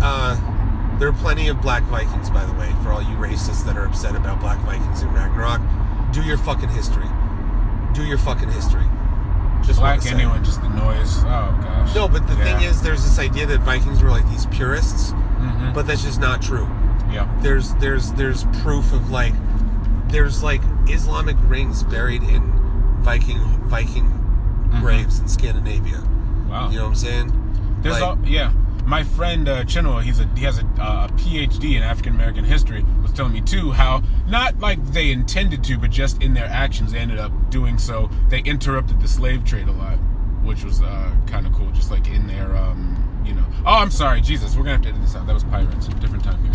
[SPEAKER 1] uh, there are plenty of black Vikings, by the way, for all you racists that are upset about black Vikings in Ragnarok. Do your fucking history. Do your fucking history. Just wanna
[SPEAKER 2] black
[SPEAKER 1] say.
[SPEAKER 2] anyone, just the noise. Oh gosh.
[SPEAKER 1] No, but the
[SPEAKER 2] Yeah.
[SPEAKER 1] thing is, there's this idea that Vikings were like these purists,
[SPEAKER 2] Mhm.
[SPEAKER 1] but that's just not true.
[SPEAKER 2] yeah,
[SPEAKER 1] There's there's there's proof of like there's like Islamic rings buried in Viking Viking
[SPEAKER 2] Mm-hmm.
[SPEAKER 1] graves in Scandinavia.
[SPEAKER 2] wow.
[SPEAKER 1] You know what I'm saying?
[SPEAKER 2] Oh. There's
[SPEAKER 1] Like,
[SPEAKER 2] all, yeah. My friend uh, Chinua, he's a he has a, uh, a PhD in African American history, was telling me too how not like they intended to, but just in their actions they ended up doing so. They interrupted the slave trade a lot, which was uh, kind of cool. Just like in their, um, you know. Oh, I'm sorry, Jesus. We're gonna have to edit this out. That was pirates. Different time here.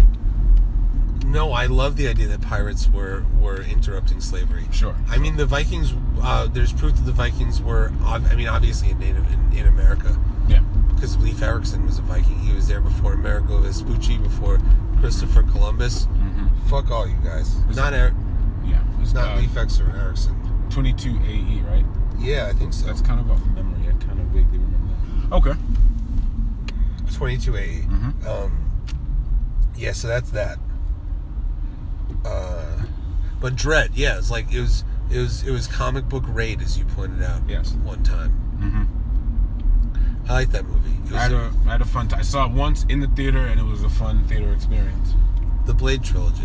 [SPEAKER 1] No, I love the idea that pirates were were interrupting slavery.
[SPEAKER 2] Sure.
[SPEAKER 1] I mean, the Vikings. Uh, there's proof that the Vikings were. ob- I mean, obviously in Native in, in America,
[SPEAKER 2] Yeah.
[SPEAKER 1] because Leif Erikson was a Viking. He was there before Amerigo Vespucci, before Christopher Columbus.
[SPEAKER 2] Mm-hmm.
[SPEAKER 1] Fuck all you guys.
[SPEAKER 2] Was
[SPEAKER 1] Not er-
[SPEAKER 2] Yeah. It was
[SPEAKER 1] not
[SPEAKER 2] uh,
[SPEAKER 1] Leif Erikson. Erikson.
[SPEAKER 2] 22 AE, right?
[SPEAKER 1] Yeah, I think so.
[SPEAKER 2] That's kind of off memory. I kind of vaguely remember that. Okay.
[SPEAKER 1] 22 AE.
[SPEAKER 2] Mhm.
[SPEAKER 1] Um, yeah, so that's that. Uh, but Dread, yeah, it's like it was it was it was comic book raid as you pointed out.
[SPEAKER 2] Yes.
[SPEAKER 1] One time,
[SPEAKER 2] Mm-hmm.
[SPEAKER 1] I like that movie. It
[SPEAKER 2] I had a,
[SPEAKER 1] was
[SPEAKER 2] I had a fun time. I saw it once in the theater, and it was a fun theater experience.
[SPEAKER 1] the Blade trilogy.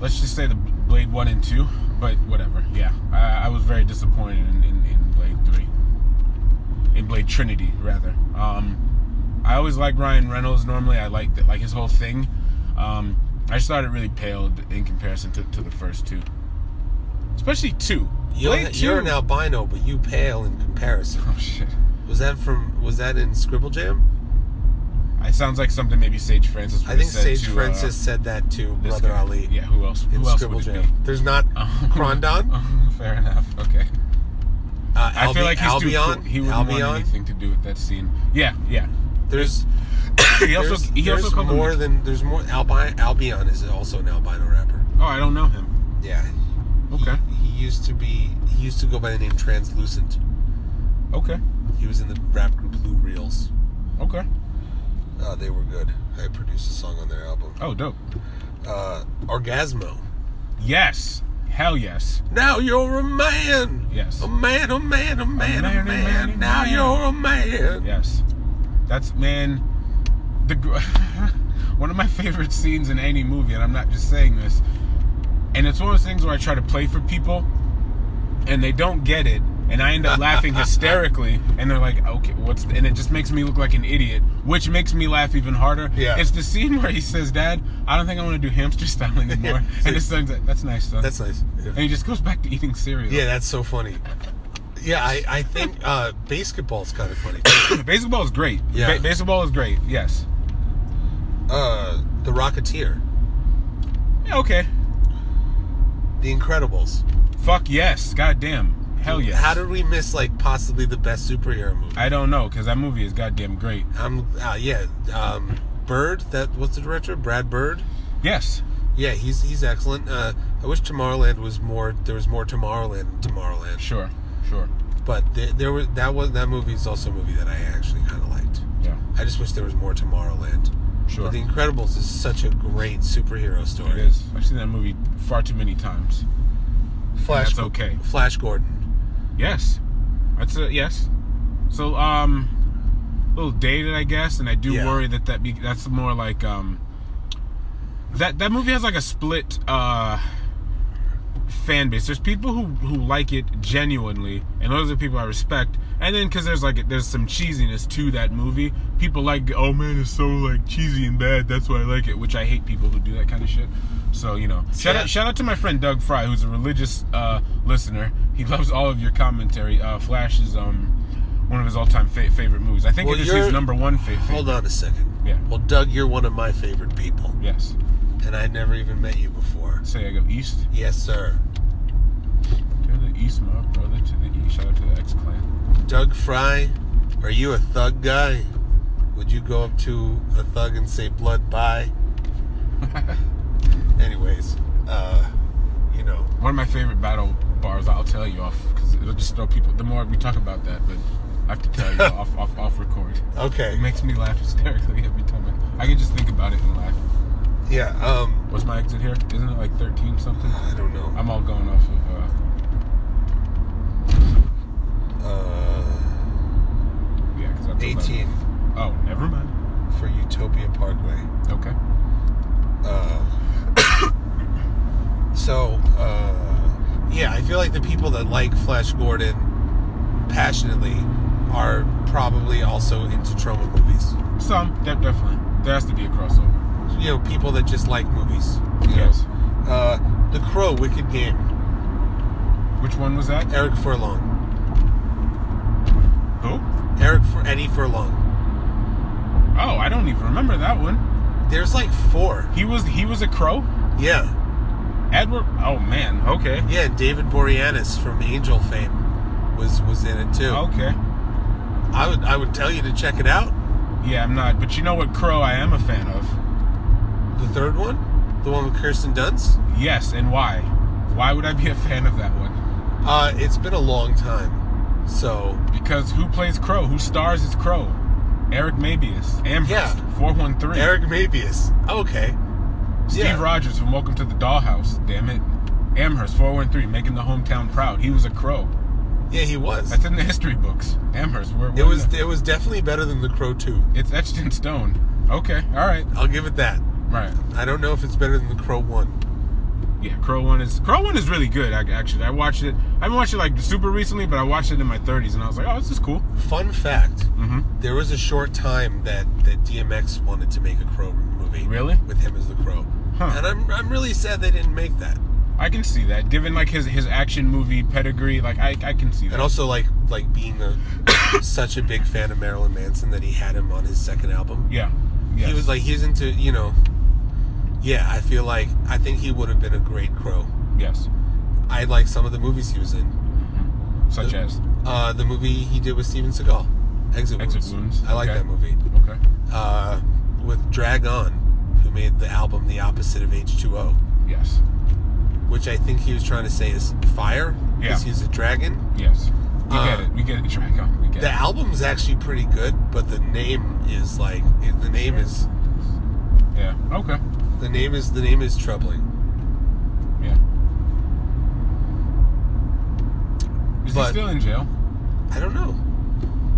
[SPEAKER 2] Let's just say the Blade One and Two, but whatever. Yeah, I, I was very disappointed in, in, in Blade Three, in Blade Trinity rather. Um, I always like Ryan Reynolds. Normally, I liked it, like his whole thing. Um, I just thought it really paled in comparison to, to the first two, especially two.
[SPEAKER 1] You're,
[SPEAKER 2] Blade
[SPEAKER 1] you're an
[SPEAKER 2] Two.
[SPEAKER 1] albino, but you pale in comparison.
[SPEAKER 2] Oh shit!
[SPEAKER 1] Was that from? Was that in Scribble Jam?
[SPEAKER 2] It sounds like something maybe Sage Francis.
[SPEAKER 1] I
[SPEAKER 2] would've
[SPEAKER 1] think
[SPEAKER 2] said
[SPEAKER 1] Sage
[SPEAKER 2] to, uh,
[SPEAKER 1] Francis said that to
[SPEAKER 2] this
[SPEAKER 1] Brother
[SPEAKER 2] guy.
[SPEAKER 1] Ali
[SPEAKER 2] Yeah, who else?
[SPEAKER 1] in
[SPEAKER 2] who else
[SPEAKER 1] Scribble
[SPEAKER 2] would it
[SPEAKER 1] Jam.
[SPEAKER 2] be?
[SPEAKER 1] There's not
[SPEAKER 2] Um,
[SPEAKER 1] Crondon. Uh,
[SPEAKER 2] um, Fair enough. Okay. I feel
[SPEAKER 1] Albi-
[SPEAKER 2] like he's
[SPEAKER 1] Albion.
[SPEAKER 2] too cool. He wouldn't
[SPEAKER 1] Albion.
[SPEAKER 2] want anything to do with that scene. Yeah, yeah.
[SPEAKER 1] There's
[SPEAKER 2] he also
[SPEAKER 1] there's,
[SPEAKER 2] he
[SPEAKER 1] there's
[SPEAKER 2] also called
[SPEAKER 1] more
[SPEAKER 2] him.
[SPEAKER 1] than there's more. Albi- Albion is also an albino rapper.
[SPEAKER 2] oh, I don't know him.
[SPEAKER 1] Yeah.
[SPEAKER 2] Okay.
[SPEAKER 1] He, he used to be. He used to go by the name Translucent.
[SPEAKER 2] Okay.
[SPEAKER 1] He was in the rap group Blue Reels.
[SPEAKER 2] Okay.
[SPEAKER 1] Uh, they were good. I produced a song on their album.
[SPEAKER 2] Oh, dope.
[SPEAKER 1] Uh, Orgasmo.
[SPEAKER 2] Yes. Hell yes.
[SPEAKER 1] Now you're a man.
[SPEAKER 2] Yes.
[SPEAKER 1] A man, a man, a man, a man.
[SPEAKER 2] man, a man, a
[SPEAKER 1] Now
[SPEAKER 2] man.
[SPEAKER 1] you're a man.
[SPEAKER 2] Yes. That's man. The gr- one of my favorite scenes in any movie, and I'm not just saying this. And it's one of those things where I try to play for people, and they don't get it, and I end up laughing hysterically, and they're like, "Okay, what's?" th-" And it just makes me look like an idiot, which makes me laugh even harder.
[SPEAKER 1] Yeah.
[SPEAKER 2] It's the scene where he says, "Dad, I don't think I want to do hamster style anymore,"
[SPEAKER 1] So-
[SPEAKER 2] and his son's like, "That's nice, son."
[SPEAKER 1] That's nice.
[SPEAKER 2] and he just goes back to eating cereal.
[SPEAKER 1] Yeah, that's so funny. Yeah, I, I think uh, basketball's kind of funny. too.
[SPEAKER 2] Baseball is great.
[SPEAKER 1] Yeah.
[SPEAKER 2] Ba- baseball is great. Yes.
[SPEAKER 1] Uh, the Rocketeer,
[SPEAKER 2] Yeah, okay.
[SPEAKER 1] The Incredibles.
[SPEAKER 2] Fuck yes. Goddamn. Hell yes.
[SPEAKER 1] How did we miss like possibly the best superhero movie?
[SPEAKER 2] I don't know, because that movie is goddamn great.
[SPEAKER 1] I'm uh, yeah. Um, Bird. That what's the director? Brad Bird.
[SPEAKER 2] Yes.
[SPEAKER 1] Yeah, he's he's excellent. Uh, I wish Tomorrowland was more. There was more Tomorrowland. in Tomorrowland.
[SPEAKER 2] Sure. Sure.
[SPEAKER 1] But there, there was that was that movie is also a movie that I actually kind of liked.
[SPEAKER 2] Yeah.
[SPEAKER 1] I just wish there was more Tomorrowland.
[SPEAKER 2] Sure.
[SPEAKER 1] But The Incredibles is such a great superhero
[SPEAKER 2] It
[SPEAKER 1] story.
[SPEAKER 2] is. I've seen that movie far too many times.
[SPEAKER 1] Flash.
[SPEAKER 2] That's okay.
[SPEAKER 1] Flash Gordon.
[SPEAKER 2] Yes. That's a yes. So um, little dated, I guess, and I do
[SPEAKER 1] Yeah.
[SPEAKER 2] worry that that be, that's more like um, that that movie has like a split uh fan base. There's people who who like it genuinely, and those are people I respect. And then because there's like there's some cheesiness to that movie, people like oh man, it's so like cheesy and bad. That's why I like it, which I hate people who do that kind of shit. So you know, shout
[SPEAKER 1] Yeah.
[SPEAKER 2] out shout out to my friend Doug Fry, who's a religious uh, listener. He loves all of your commentary. Uh, Flash is um one of his all time fa- favorite movies. I think
[SPEAKER 1] Well,
[SPEAKER 2] it is
[SPEAKER 1] you're-
[SPEAKER 2] his number one fa- favorite.
[SPEAKER 1] Hold on a second.
[SPEAKER 2] Yeah.
[SPEAKER 1] Well, Doug, you're one of my favorite people,
[SPEAKER 2] Yes.
[SPEAKER 1] and I never even met you before.
[SPEAKER 2] Say I go east.
[SPEAKER 1] Yes, sir.
[SPEAKER 2] To the east, my brother. To the east. Shout out to the X Clan.
[SPEAKER 1] Doug Fry, are you a thug guy? Would you go up to a thug and say blood bye? Anyways, uh, you know,
[SPEAKER 2] One of my favorite battle bars. I'll tell you off because it It'll just throw people. The more we talk about that, but I have to tell you off, off, off record. It
[SPEAKER 1] Okay.
[SPEAKER 2] makes me laugh hysterically every time. I, I can just think about it and laugh.
[SPEAKER 1] Yeah. Um.
[SPEAKER 2] What's my exit here? Isn't it like 13 something?
[SPEAKER 1] I don't know.
[SPEAKER 2] I'm all going off of. Uh,
[SPEAKER 1] Uh,
[SPEAKER 2] yeah, because I
[SPEAKER 1] 18
[SPEAKER 2] Oh, never mind.
[SPEAKER 1] for Utopia Parkway.
[SPEAKER 2] Okay.
[SPEAKER 1] Uh, so, uh, yeah, I feel like the people that like Flash Gordon passionately are probably also into trauma movies.
[SPEAKER 2] Some, de- definitely. There has to be a crossover.
[SPEAKER 1] You know, people that just like movies. you know.
[SPEAKER 2] Yes.
[SPEAKER 1] Uh, the Crow, Wicked Game,
[SPEAKER 2] Which one was that?
[SPEAKER 1] Eric Furlong,
[SPEAKER 2] Who?
[SPEAKER 1] Eric Fur- Eddie Furlong.
[SPEAKER 2] Oh, I don't even remember that one.
[SPEAKER 1] There's like four.
[SPEAKER 2] He was he was a crow.
[SPEAKER 1] Yeah,
[SPEAKER 2] Edward. Oh man. Okay.
[SPEAKER 1] yeah. David Boreanaz from Angel fame was was in it too.
[SPEAKER 2] Okay.
[SPEAKER 1] I would I would tell you to check it out.
[SPEAKER 2] Yeah, I'm not. But you know what crow I am a fan of?
[SPEAKER 1] The third one, the one with Kirsten Dunst.
[SPEAKER 2] Yes, and why? Why would I be a fan of that one?
[SPEAKER 1] Uh, it's been a long time, so
[SPEAKER 2] Because who plays crow? Who stars as crow? Eric Mabius. Amherst.
[SPEAKER 1] Yeah.
[SPEAKER 2] 413.
[SPEAKER 1] Eric Mabius. Okay,
[SPEAKER 2] Steve
[SPEAKER 1] yeah.
[SPEAKER 2] Rogers from Welcome to the Dollhouse. Damn it. Amherst 413 making the hometown proud. He was a crow.
[SPEAKER 1] yeah, he was.
[SPEAKER 2] That's in the history books. Amherst. Where,
[SPEAKER 1] it
[SPEAKER 2] where
[SPEAKER 1] was
[SPEAKER 2] the-
[SPEAKER 1] it was definitely better than The Crow Two.
[SPEAKER 2] it's etched in stone. Okay. All right.
[SPEAKER 1] I'll give it that.
[SPEAKER 2] Right.
[SPEAKER 1] I don't know if it's better than The Crow One.
[SPEAKER 2] Yeah, Crow One is Crow One is really good. I, actually, I watched it. I haven't watched it like super recently, but I watched it in my 30s, and I was like, oh, this is cool.
[SPEAKER 1] Fun fact:
[SPEAKER 2] Mm-hmm.
[SPEAKER 1] There was a short time that that DMX wanted to make a Crow movie.
[SPEAKER 2] Really?
[SPEAKER 1] With him as the Crow,
[SPEAKER 2] Huh.
[SPEAKER 1] and I'm I'm really sad they didn't make that.
[SPEAKER 2] I can see that. Given like his his action movie pedigree, like I I can see that.
[SPEAKER 1] And also like like being a such a big fan of Marilyn Manson that he had him on his second album.
[SPEAKER 2] yeah. Yes.
[SPEAKER 1] He was like he's into you know. Yeah, I feel like I think he would have been a great Crow.
[SPEAKER 2] yes,
[SPEAKER 1] I like some of the movies he was in.
[SPEAKER 2] such
[SPEAKER 1] The-
[SPEAKER 2] as
[SPEAKER 1] Uh, the movie he did with Steven Seagal, Exit,
[SPEAKER 2] Exit Wounds,
[SPEAKER 1] I like
[SPEAKER 2] okay.
[SPEAKER 1] that movie.
[SPEAKER 2] okay.
[SPEAKER 1] uh, with Drag On, who made the album The Opposite of H2O,
[SPEAKER 2] Yes.
[SPEAKER 1] which I think he was trying to say is fire because
[SPEAKER 2] Yeah.
[SPEAKER 1] he's a dragon.
[SPEAKER 2] Yes. We
[SPEAKER 1] Uh,
[SPEAKER 2] get it. We get it. Track on. We get
[SPEAKER 1] The
[SPEAKER 2] it.
[SPEAKER 1] album's actually pretty good, but the name is like it- the name is
[SPEAKER 2] Yeah. Okay.
[SPEAKER 1] the name is the name is troubling.
[SPEAKER 2] Yeah. Is
[SPEAKER 1] But-
[SPEAKER 2] he still in jail?
[SPEAKER 1] I don't know,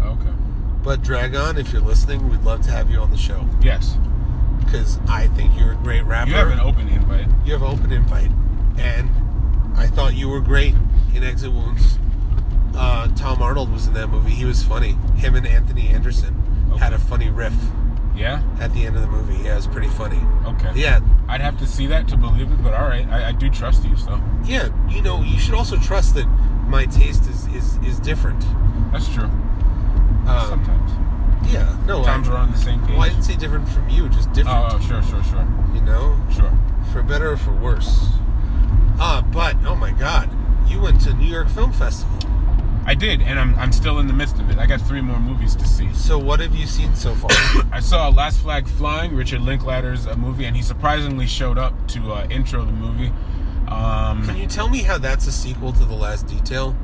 [SPEAKER 2] Okay.
[SPEAKER 1] but Drag On, if you're listening, we'd love to have you on the show
[SPEAKER 2] Yes.
[SPEAKER 1] because I think you're a great rapper.
[SPEAKER 2] You have an open invite.
[SPEAKER 1] You have an open invite, and I thought you were great in Exit Wounds. Uh, Tom Arnold was in that movie. He was funny. Him and Anthony Anderson had a funny riff
[SPEAKER 2] Yeah.
[SPEAKER 1] at the end of the movie. Yeah, it was pretty funny.
[SPEAKER 2] Okay.
[SPEAKER 1] Yeah,
[SPEAKER 2] I'd have to see that to believe it, but all right, I, I do trust you, so
[SPEAKER 1] yeah. You know, you should also trust that my taste is is is different.
[SPEAKER 2] that's true.
[SPEAKER 1] Um,
[SPEAKER 2] Sometimes,
[SPEAKER 1] yeah, no.
[SPEAKER 2] times
[SPEAKER 1] I,
[SPEAKER 2] we're on the same page.
[SPEAKER 1] well, I didn't say different from you, just different.
[SPEAKER 2] oh, oh, sure, sure, sure,
[SPEAKER 1] you know,
[SPEAKER 2] sure.
[SPEAKER 1] for better or for worse. Uh, but oh my God, you went to New York Film Festival.
[SPEAKER 2] I did, and I'm I'm still in the midst of it. I got three more movies to see.
[SPEAKER 1] So what have you seen so far?
[SPEAKER 2] I saw Last Flag Flying, Richard Linklater's uh, movie, and he surprisingly showed up to uh, intro the movie. Um,
[SPEAKER 1] Can you tell me how that's a sequel to The Last Detail?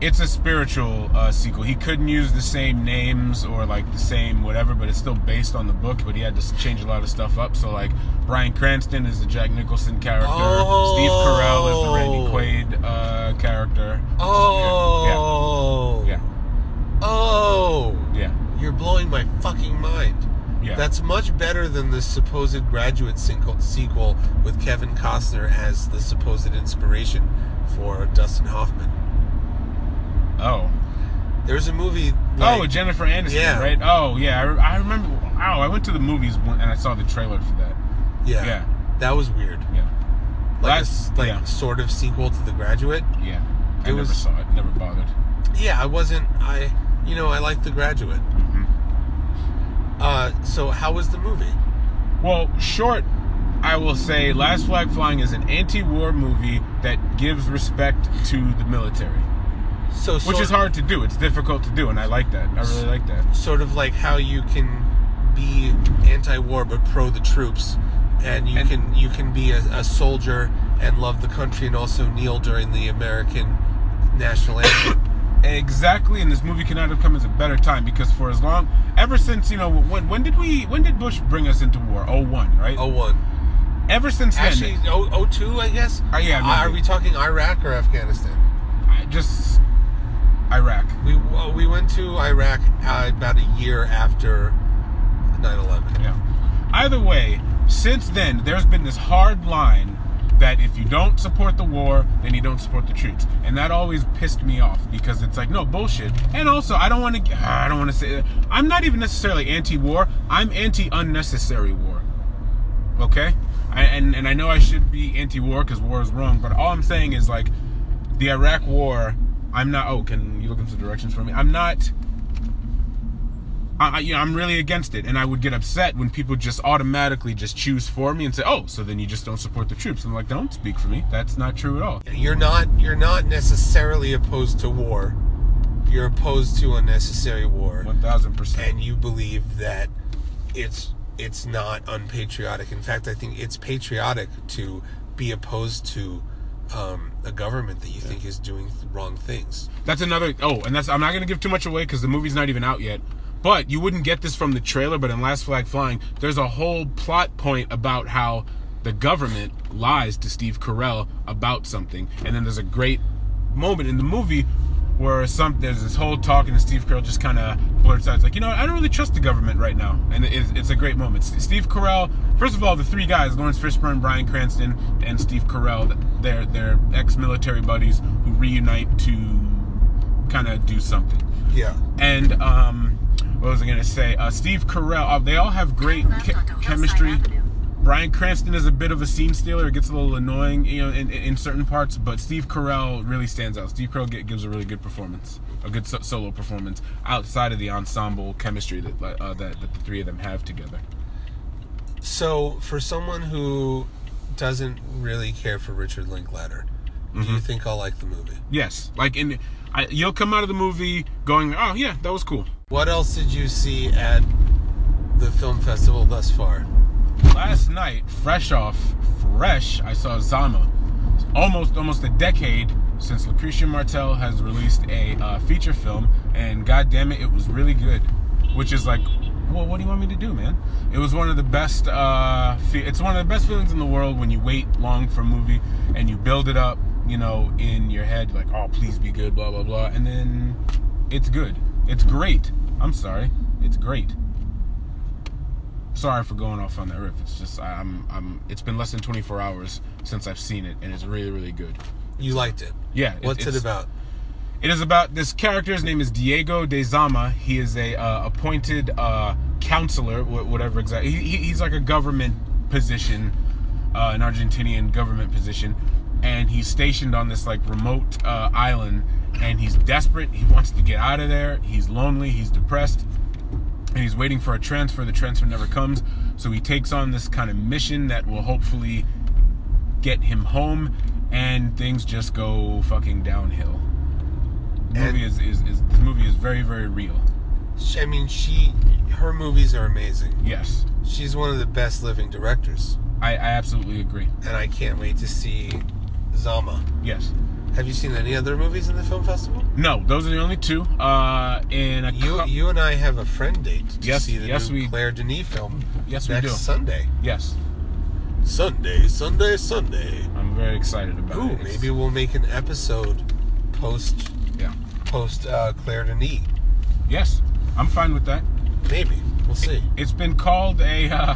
[SPEAKER 2] it's a spiritual uh, sequel. He couldn't use the same names or like the same whatever, but it's still based on the book. But he had to s- change a lot of stuff up. So like Brian Cranston is the Jack Nicholson character. Steve
[SPEAKER 1] Oh.
[SPEAKER 2] Carell is the Randy Quaid uh, character.
[SPEAKER 1] Oh.
[SPEAKER 2] Yeah.
[SPEAKER 1] Oh.
[SPEAKER 2] Yeah.
[SPEAKER 1] You're blowing my fucking mind.
[SPEAKER 2] Yeah.
[SPEAKER 1] That's much better than the supposed graduate single- sequel with Kevin Costner as the supposed inspiration for Dustin Hoffman.
[SPEAKER 2] oh.
[SPEAKER 1] There's a movie.
[SPEAKER 2] Oh,
[SPEAKER 1] Like,
[SPEAKER 2] with Jennifer Aniston,
[SPEAKER 1] Yeah.
[SPEAKER 2] right? Oh, yeah. I, re- I remember. Wow, I went to the movies one, and I saw the trailer for that.
[SPEAKER 1] yeah,
[SPEAKER 2] yeah.
[SPEAKER 1] That was weird.
[SPEAKER 2] Yeah.
[SPEAKER 1] Like, a
[SPEAKER 2] That's-
[SPEAKER 1] s like
[SPEAKER 2] yeah.
[SPEAKER 1] sort of sequel to The Graduate.
[SPEAKER 2] Yeah. I
[SPEAKER 1] It
[SPEAKER 2] never
[SPEAKER 1] was-
[SPEAKER 2] saw it. Never bothered.
[SPEAKER 1] Yeah, I wasn't. I, you know, I liked The Graduate.
[SPEAKER 2] hmm Mm-hmm.
[SPEAKER 1] Uh, so how was the movie?
[SPEAKER 2] Well, short, I will say Last Flag Flying is an anti war movie that gives respect to the military,
[SPEAKER 1] So
[SPEAKER 2] which
[SPEAKER 1] sort-
[SPEAKER 2] is hard to do. It's difficult to do, and I like that. I really like that.
[SPEAKER 1] Sort of like how you can be anti-war but pro the troops, and you
[SPEAKER 2] And-
[SPEAKER 1] can you can be a, a soldier and love the country and also kneel during the American national anthem.
[SPEAKER 2] Exactly, and this movie cannot have come as a better time because for as long, ever since you know when when did we when did Bush bring us into war? Oh one, right?
[SPEAKER 1] Oh one.
[SPEAKER 2] ever since then,
[SPEAKER 1] Actually, oh, oh 02, I guess.
[SPEAKER 2] Uh, yeah, maybe.
[SPEAKER 1] Are we talking Iraq or Afghanistan?
[SPEAKER 2] I just Iraq.
[SPEAKER 1] We uh, we went to Iraq uh, about a year after 9/11.
[SPEAKER 2] Yeah. Either way, since then, there's been this hard line that if you don't support the war, then you don't support the troops, and that always pissed me off because it's like no bullshit. And also, I don't want to. I don't want to say. I'm not even necessarily anti-war. I'm anti-unnecessary war. Okay. I, and and I know I should be anti-war because war is wrong, but all I'm saying is like the Iraq War. I'm not. Oh, can you look into directions for me? I'm not. I, I, you know, I'm really against it, and I would get upset when people just automatically just choose for me and say, "Oh, so then you just don't support the troops." I'm like, "Don't speak for me. That's not true at all."
[SPEAKER 1] You're not you're not necessarily opposed to war. You're opposed to unnecessary war,
[SPEAKER 2] One thousand percent.
[SPEAKER 1] and you believe that it's it's not unpatriotic. In fact, I think it's patriotic to be opposed to um, a government that you think is doing wrong things.
[SPEAKER 2] That's another. Oh, and that's. I'm not gonna give too much away because the movie's not even out yet. But you wouldn't get this from the trailer. But in Last Flag Flying, there's a whole plot point about how the government lies to Steve Carell about something, and then there's a great moment in the movie where some there's this whole talk, and Steve Carell just kind of blurts out, it's like, you know, what, I don't really trust the government right now, and it's, it's a great moment. S- Steve Carell, first of all, the three guys, Lawrence Fishburne, Brian Cranston, and Steve Carell, they're they're ex-military buddies who reunite to kind of do something
[SPEAKER 1] Yeah.
[SPEAKER 2] and um, what was I gonna say? Uh, Steve Carell. Uh, they all have great
[SPEAKER 3] Turn left
[SPEAKER 2] che-
[SPEAKER 3] onto Hillside
[SPEAKER 2] chemistry.
[SPEAKER 3] Avenue.
[SPEAKER 2] Brian Cranston is a bit of a scene stealer. It gets a little annoying, you know, in, in- in certain parts. But Steve Carell really stands out. Steve Carell get, gives a really good performance, a good so- solo performance outside of the ensemble chemistry that like, uh, that, that the three of them have together.
[SPEAKER 1] So, for someone who doesn't really care for Richard Linklater, do
[SPEAKER 2] Mm-hmm.
[SPEAKER 1] you think I'll like the movie?
[SPEAKER 2] Yes, like in, I, you'll come out of the movie going, oh yeah, that was cool.
[SPEAKER 1] What else did you see at the film festival thus far?
[SPEAKER 2] Last night, fresh off fresh, I saw Zama. Almost almost a decade since Lucretia Martel has released a uh, feature film, and god damn it, it was really good. Which is like, well, what do you want me to do, man? It was one of the best. Uh, fe- it's one of the best feelings in the world when you wait long for a movie and you build it up, you know, in your head, like, oh, please be good, blah blah blah, and then it's good. It's great. I'm sorry, it's great sorry for going off on that riff. It's just I- I'm I'm. It's been less than 24 hours since I've seen it, and it's really really good.
[SPEAKER 1] You liked it.
[SPEAKER 2] Yeah. it-
[SPEAKER 1] What's it
[SPEAKER 2] it's-
[SPEAKER 1] about?
[SPEAKER 2] It is about this character's name is Diego de Zama. He is a uh, appointed uh, counselor, wh- whatever exactly. He, he- he's like a government position, uh, an Argentinian government position, and he's stationed on this like remote uh, island. And he's desperate. He wants to get out of there. He's lonely. He's depressed and he's waiting for a transfer. The transfer never comes, so he takes on this kind of mission that will hopefully get him home, and things just go fucking downhill. The
[SPEAKER 1] And-
[SPEAKER 2] movie is, is, is this movie is very very real.
[SPEAKER 1] Sh- I mean, she, her movies are amazing.
[SPEAKER 2] Yes,
[SPEAKER 1] She's one of the best living directors,
[SPEAKER 2] I, I absolutely agree.
[SPEAKER 1] and I can't wait to see Zama.
[SPEAKER 2] Yes.
[SPEAKER 1] Have you seen any other movies in the film festival?
[SPEAKER 2] No, those are the only two. Uh, in a
[SPEAKER 1] You,
[SPEAKER 2] cou-
[SPEAKER 1] you and I have a friend date to
[SPEAKER 2] Yes,
[SPEAKER 1] see the
[SPEAKER 2] yes,
[SPEAKER 1] new
[SPEAKER 2] we-
[SPEAKER 1] Claire Denis film
[SPEAKER 2] yes we
[SPEAKER 1] next
[SPEAKER 2] do.
[SPEAKER 1] Sunday.
[SPEAKER 2] Yes,
[SPEAKER 1] Sunday, Sunday, Sunday.
[SPEAKER 2] I'm very excited about
[SPEAKER 1] Ooh,
[SPEAKER 2] it. It's-
[SPEAKER 1] maybe we'll make an episode post
[SPEAKER 2] Yeah.
[SPEAKER 1] post uh, Claire Denis.
[SPEAKER 2] Yes, I'm fine with that.
[SPEAKER 1] Maybe we'll see.
[SPEAKER 2] It's been called a. Uh,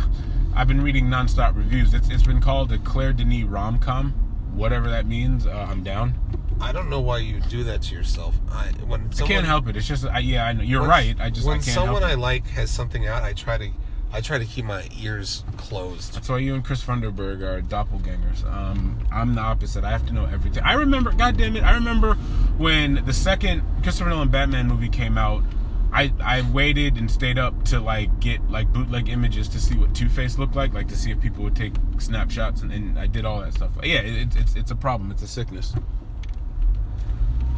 [SPEAKER 2] I've been reading nonstop reviews. It's it's been called a Claire Denis rom com, whatever that means. Uh, I'm down.
[SPEAKER 1] I don't know why you do that to yourself. I when
[SPEAKER 2] I
[SPEAKER 1] someone,
[SPEAKER 2] can't help it. It's just I, yeah, I know you're
[SPEAKER 1] when-
[SPEAKER 2] right. I just I
[SPEAKER 1] when
[SPEAKER 2] can't
[SPEAKER 1] someone
[SPEAKER 2] help it.
[SPEAKER 1] I like has something out, I try to I try to keep my ears closed.
[SPEAKER 2] That's why you and Chris Funderburg are doppelgangers. Um, I'm the opposite. I have to know everything. I remember, God damn it, I remember when the second Christopher Nolan Batman movie came out. I, I waited and stayed up to like get like bootleg images to see what Two Face looked like, like to see if people would take snapshots, and, and I did all that stuff. Yeah, it, it's- it's it's a problem. It's a sickness.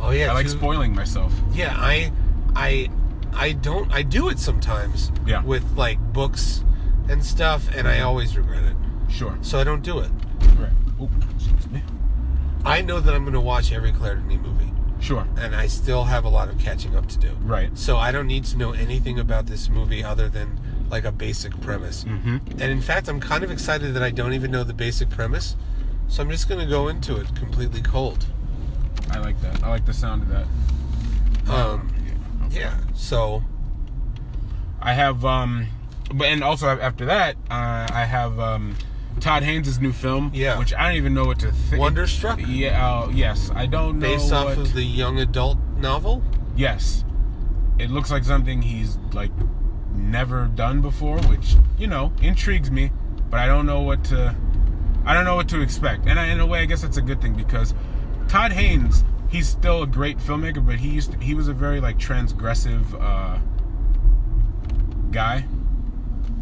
[SPEAKER 1] Oh yeah,
[SPEAKER 2] I like
[SPEAKER 1] too-
[SPEAKER 2] spoiling myself.
[SPEAKER 1] yeah i i i don't i do it sometimes
[SPEAKER 2] Yeah.
[SPEAKER 1] with like books and stuff and i always regret it
[SPEAKER 2] Sure.
[SPEAKER 1] so i don't do it
[SPEAKER 2] Right. Oh, excuse me.
[SPEAKER 1] i know that i'm going to watch every claire denis movie
[SPEAKER 2] Sure.
[SPEAKER 1] and I still have a lot of catching up to do.
[SPEAKER 2] Right.
[SPEAKER 1] So I don't need to know anything about this movie other than like a basic premise. Mm-hmm. And in fact, I'm kind of excited that I don't even know the basic premise. So I'm just going to go into it completely cold.
[SPEAKER 2] I like that. I like the sound of that.
[SPEAKER 1] Um,
[SPEAKER 2] Yeah. Okay.
[SPEAKER 1] yeah. So
[SPEAKER 2] I have, um, but and also after that, uh, I have um, Todd Haynes' new film,
[SPEAKER 1] Yeah.
[SPEAKER 2] which I don't even know what to think.
[SPEAKER 1] Wonderstruck?
[SPEAKER 2] yeah, uh, yes, I don't know.
[SPEAKER 1] based off
[SPEAKER 2] what-
[SPEAKER 1] of the young adult novel.
[SPEAKER 2] yes, it looks like something he's like never done before, which you know intrigues me, but I don't know what to, I don't know what to expect. And I, in a way, I guess that's a good thing because Todd Haynes, he's still a great filmmaker, but he used to, he was a very like transgressive. Uh, guy.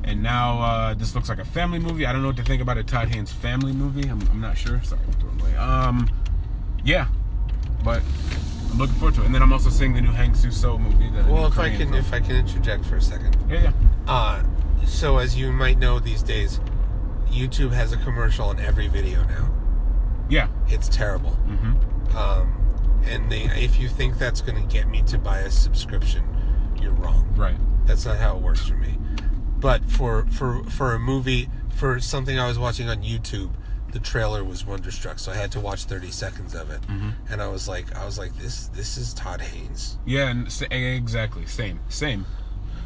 [SPEAKER 2] And now uh, this looks like a family movie. I don't know what to think about a Todd Haynes family movie. I'm, I'm not sure. Sorry, I'm throwing away. Um, yeah, but I'm looking forward to it. And then I'm also seeing the new Hang Soo So movie. That
[SPEAKER 1] Well, if I can, if I can interject for a second.
[SPEAKER 2] yeah, yeah,
[SPEAKER 1] Uh, so as you might know these days, YouTube has a commercial on every video now.
[SPEAKER 2] yeah.
[SPEAKER 1] It's terrible.
[SPEAKER 2] hmm
[SPEAKER 1] Um, and they, if you think that's going to get me to buy a subscription, you're wrong.
[SPEAKER 2] Right.
[SPEAKER 1] That's not how it works for me. But for for for a movie, for something I was watching on YouTube, the trailer was Wonderstruck, so I had to watch 30 seconds of it, and I was like, I was like, this this is Todd Haynes.
[SPEAKER 2] Yeah, and s- exactly. Same, same.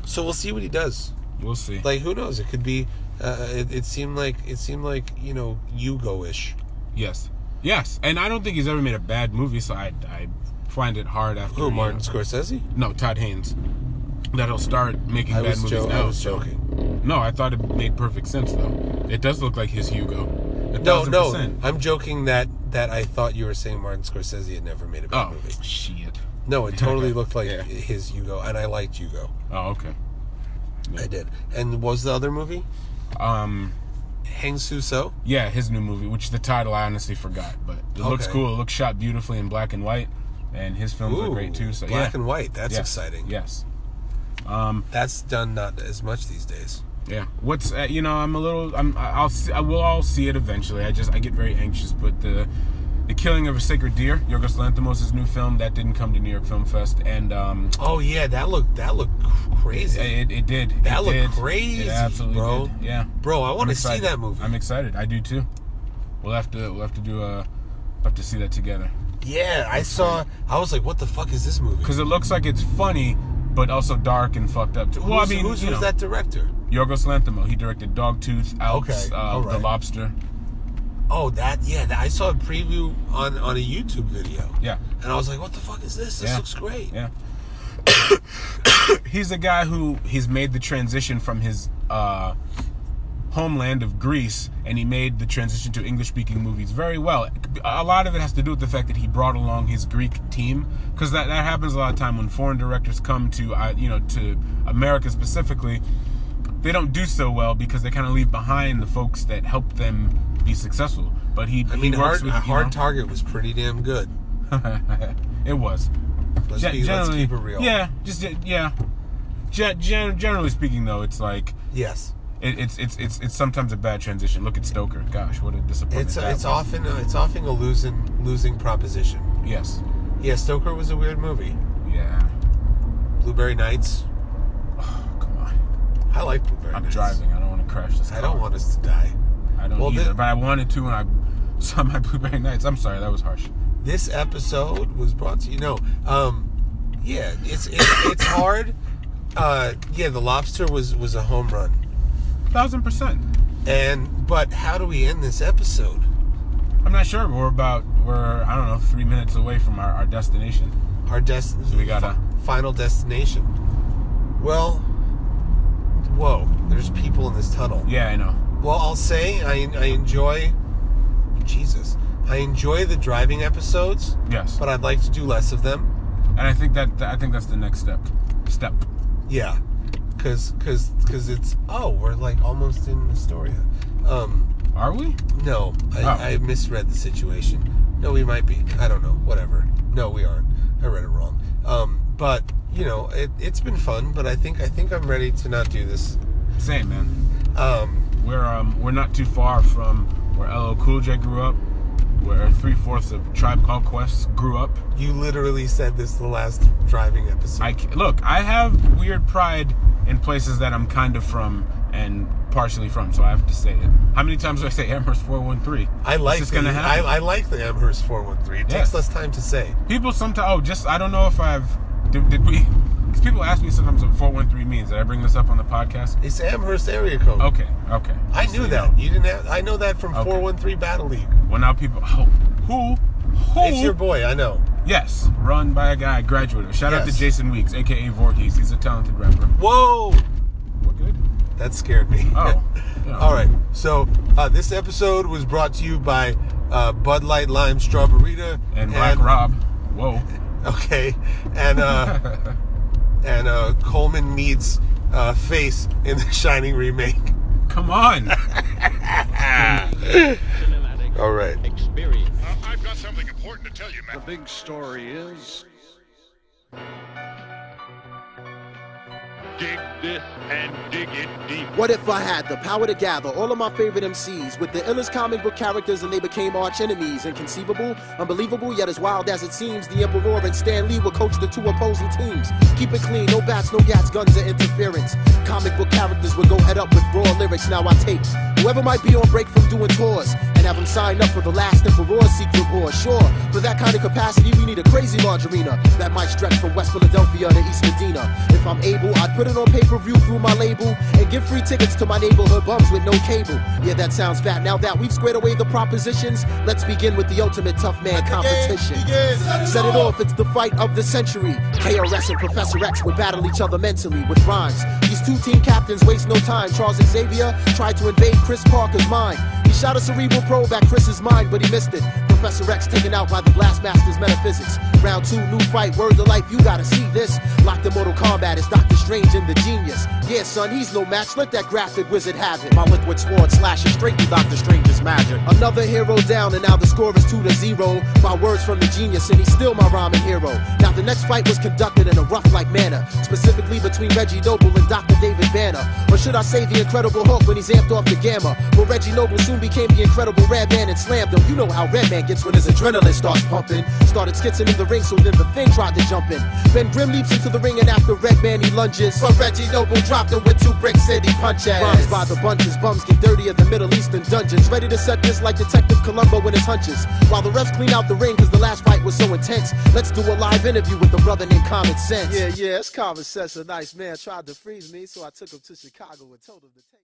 [SPEAKER 1] So we'll see what he does.
[SPEAKER 2] We'll see.
[SPEAKER 1] Like who knows? It could be. Uh, it, it seemed like it seemed like you know Hugo ish.
[SPEAKER 2] yes, yes. And I don't think he's ever made a bad movie, so I, I find it hard after.
[SPEAKER 1] Who
[SPEAKER 2] you
[SPEAKER 1] Martin
[SPEAKER 2] know-
[SPEAKER 1] Scorsese?
[SPEAKER 2] No, Todd Haynes. That'll start making
[SPEAKER 1] I
[SPEAKER 2] bad
[SPEAKER 1] was,
[SPEAKER 2] movies
[SPEAKER 1] jo-
[SPEAKER 2] now.
[SPEAKER 1] I was
[SPEAKER 2] so-
[SPEAKER 1] joking.
[SPEAKER 2] No, I thought it made perfect sense though. It does look like his Hugo. A
[SPEAKER 1] No,
[SPEAKER 2] thousand
[SPEAKER 1] no,
[SPEAKER 2] percent.
[SPEAKER 1] I'm joking that that I thought you were saying Martin Scorsese had never made a bad
[SPEAKER 2] Oh
[SPEAKER 1] movie.
[SPEAKER 2] shit.
[SPEAKER 1] No, it totally looked like
[SPEAKER 2] Yeah.
[SPEAKER 1] his Hugo, and I liked Hugo.
[SPEAKER 2] Oh okay.
[SPEAKER 1] I did. And what was the other movie?
[SPEAKER 2] Um,
[SPEAKER 1] Hang So?
[SPEAKER 2] yeah, his new movie, which the title I honestly forgot, but it looks
[SPEAKER 1] Okay.
[SPEAKER 2] cool. It looks shot beautifully in black and white, and his films are great too. So
[SPEAKER 1] black
[SPEAKER 2] yeah,
[SPEAKER 1] and white. That's
[SPEAKER 2] Yes.
[SPEAKER 1] exciting.
[SPEAKER 2] Yes. Um,
[SPEAKER 1] That's done not as much these days.
[SPEAKER 2] yeah. What's uh, you know? I'm a little. I'm. I- I'll. See, I will all see it eventually. I just. I get very anxious. But the, the killing of a sacred deer, Yorgos Lanthimos' new film, that didn't come to New York Film Fest, and um,
[SPEAKER 1] Oh yeah, that looked that looked cr- crazy.
[SPEAKER 2] It, it did.
[SPEAKER 1] That
[SPEAKER 2] It
[SPEAKER 1] looked
[SPEAKER 2] did.
[SPEAKER 1] crazy,
[SPEAKER 2] It absolutely
[SPEAKER 1] bro.
[SPEAKER 2] did. Yeah.
[SPEAKER 1] Bro, I want
[SPEAKER 2] I'm
[SPEAKER 1] to see
[SPEAKER 2] excited.
[SPEAKER 1] that movie.
[SPEAKER 2] I'm excited. I do too. We'll have to. We'll have to do a. We'll have to see that together.
[SPEAKER 1] yeah, I saw. I was like, what the fuck is this movie?
[SPEAKER 2] Because it looks like it's funny, but also dark and fucked up too. Well, I
[SPEAKER 1] Who's-
[SPEAKER 2] mean,
[SPEAKER 1] who's,
[SPEAKER 2] you
[SPEAKER 1] who's
[SPEAKER 2] know,
[SPEAKER 1] that director?
[SPEAKER 2] Yorgos Lanthimos. He directed Dogtooth, Alps,
[SPEAKER 1] Okay,
[SPEAKER 2] uh,
[SPEAKER 1] all
[SPEAKER 2] The
[SPEAKER 1] right.
[SPEAKER 2] Lobster.
[SPEAKER 1] Oh, that yeah. That, I saw a preview on on a YouTube video.
[SPEAKER 2] Yeah.
[SPEAKER 1] And I was like, what the fuck is this? This
[SPEAKER 2] Yeah.
[SPEAKER 1] looks great.
[SPEAKER 2] Yeah. he's a guy who he's made the transition from his uh, homeland of Greece, and he made the transition to English-speaking movies very well. A lot of it has to do with the fact that he brought along his Greek team, because that, that happens a lot of time when foreign directors come to uh, you know to America specifically. They don't do so well because they kind of leave behind the folks that helped them be successful. But he,
[SPEAKER 1] I mean,
[SPEAKER 2] he works
[SPEAKER 1] hard,
[SPEAKER 2] with you
[SPEAKER 1] hard
[SPEAKER 2] know-
[SPEAKER 1] target was pretty damn good.
[SPEAKER 2] it was.
[SPEAKER 1] Let's,
[SPEAKER 2] Gen-
[SPEAKER 1] be, let's
[SPEAKER 2] generally-
[SPEAKER 1] keep it real.
[SPEAKER 2] Yeah, just yeah. Gen- gen- generally speaking, though, it's like
[SPEAKER 1] Yes.
[SPEAKER 2] it, it's it's it's it's sometimes a bad transition. Look at Stoker. Gosh, what a disappointment.
[SPEAKER 1] It's
[SPEAKER 2] that
[SPEAKER 1] it's
[SPEAKER 2] was.
[SPEAKER 1] often uh, it's often a losing losing proposition.
[SPEAKER 2] Yes.
[SPEAKER 1] Yeah, Stoker was a weird movie.
[SPEAKER 2] Yeah.
[SPEAKER 1] Blueberry Nights.
[SPEAKER 2] Oh, come on.
[SPEAKER 1] I like Blueberry
[SPEAKER 2] I'm
[SPEAKER 1] Nights.
[SPEAKER 2] driving. I don't want to crash this.
[SPEAKER 1] I
[SPEAKER 2] Car.
[SPEAKER 1] don't want us to die.
[SPEAKER 2] I don't
[SPEAKER 1] Well,
[SPEAKER 2] either.
[SPEAKER 1] thi-
[SPEAKER 2] but I wanted to, and I saw my Blueberry Nights. I'm sorry, that was harsh.
[SPEAKER 1] This episode was brought to you. No, um, yeah, it's it's, it's hard. Uh, yeah, the lobster was was a home run.
[SPEAKER 2] Thousand percent.
[SPEAKER 1] And but how do we end this episode?
[SPEAKER 2] I'm not sure. We're about we're I don't know three minutes away from our, our destination.
[SPEAKER 1] Our dest
[SPEAKER 2] So we gotta-
[SPEAKER 1] final destination. Well, whoa, there's people in this tunnel.
[SPEAKER 2] Yeah, I know.
[SPEAKER 1] Well, I'll say I, I enjoy. Jesus. I enjoy the driving episodes,
[SPEAKER 2] Yes.
[SPEAKER 1] but I'd like to do less of them.
[SPEAKER 2] and I think that I think that's the next step. Step.
[SPEAKER 1] Yeah. Cause, cause, 'cause it's oh, we're like almost in Astoria. Um,
[SPEAKER 2] Are we?
[SPEAKER 1] no, I,
[SPEAKER 2] Oh.
[SPEAKER 1] I misread the situation. No, we might be. I don't know. Whatever. No, we aren't. I read it wrong. Um, but you know, it, it's been fun. But I think I think I'm ready to not do this.
[SPEAKER 2] Same man.
[SPEAKER 1] Um,
[SPEAKER 2] We're um we're not too far from where LL Cool J grew up. where three fourths of Tribe Called Quest grew up.
[SPEAKER 1] You literally said this the last driving episode.
[SPEAKER 2] I c- look, I have weird pride in places that I'm kind of from and partially from, so I have to say it. How many times do I say Amherst 413?
[SPEAKER 1] I like
[SPEAKER 2] this
[SPEAKER 1] the,
[SPEAKER 2] going to happen.
[SPEAKER 1] I, I like the Amherst 413. It takes
[SPEAKER 2] Yes.
[SPEAKER 1] less time to say.
[SPEAKER 2] people sometimes oh, just I don't know if I've did, did we because people ask me sometimes what 413 means. Did I bring this up on the podcast?
[SPEAKER 1] It's Amherst area code.
[SPEAKER 2] Okay, okay.
[SPEAKER 1] I
[SPEAKER 2] Just so
[SPEAKER 1] knew
[SPEAKER 2] you
[SPEAKER 1] that.
[SPEAKER 2] know.
[SPEAKER 1] You didn't have, I know that from
[SPEAKER 2] Okay.
[SPEAKER 1] 413 Battle League.
[SPEAKER 2] Well, now people oh, who who
[SPEAKER 1] It's your boy, I know.
[SPEAKER 2] Yes, run by a guy, I graduated. Shout out to
[SPEAKER 1] Yes.
[SPEAKER 2] Jason Weeks, aka Voorhees. He's a talented rapper.
[SPEAKER 1] Whoa!
[SPEAKER 2] We're good.
[SPEAKER 1] That scared me.
[SPEAKER 2] Oh, yeah.
[SPEAKER 1] All right. So uh, this episode was brought to you by uh, Bud Light Lime Strawberita
[SPEAKER 2] And Black Rob. Whoa.
[SPEAKER 1] Okay, and uh, and uh, Coleman meets uh, Face in the Shining remake.
[SPEAKER 2] Come on.
[SPEAKER 4] Cinematic
[SPEAKER 1] All right.
[SPEAKER 4] experience.
[SPEAKER 5] Uh, I've got something important to tell you, man.
[SPEAKER 6] The big story is
[SPEAKER 5] Dig this and dig it deep.
[SPEAKER 7] What if I had the power to gather all of my favorite MCs with the illest comic book characters and they became arch enemies? Inconceivable, unbelievable, yet as wild as it seems, the Emperor and Stan Lee will coach the two opposing teams. Keep it clean, no bats, no gats, guns, or interference. Comic book characters will go head up with raw lyrics. Now I take whoever might be on break from doing tours and have them sign up for the last Emperor secret war. Sure, for that kind of capacity, we need a crazy large arena that might stretch from West Philadelphia to East Medina. If I'm able, I'd put it on pay per view through my label and give free tickets to my neighborhood bums with no cable. Yeah, that sounds fat. Now that we've squared away the propositions, let's begin with the ultimate tough man competition. Set it off, it's the fight of the century. KRS and Professor X would battle each other mentally with rhymes. These two team captains waste no time. Charles Xavier tried to invade Chris Parker's mind. He shot a cerebral probe at Chris's mind, but he missed it. Professor X taken out by the Blastmaster's metaphysics. Round two, new fight, word to life, you gotta see this. Locked in Mortal Kombat is Doctor Strange and the genius. Yeah, son, he's no match, let that graphic wizard have it. My liquid sword slashes straight through Doctor Strange's magic. Another hero down, and now the score is two to zero. My words from the genius, and he's still my rhyming hero. Now the next fight was conducted in a rough-like manner, specifically between Reggie Noble and Dr. David Banner. Or should I say the Incredible Hulk when he's amped off the gamma? But Reggie Noble soon became the Incredible Red Man and slammed him. You know how Red Man gets when his adrenaline starts pumping. Started skitzing in the ring, so then the Thing tried to jump in. Ben Grimm leaps into the ring and after Red Man he lunges. But Reggie Noble dropped him with two Brick City punches. Rhymes by the bunches, bums get dirtier than Middle Eastern dungeons. Ready to set this like Detective Columbo in his hunches. While the refs clean out the ring, cause the last fight was so intense. Let's do a live interview with a brother named Common Sense. Yeah, yeah, it's Common Sense. A nice man tried to freeze me, so I took him to Chicago and told him to take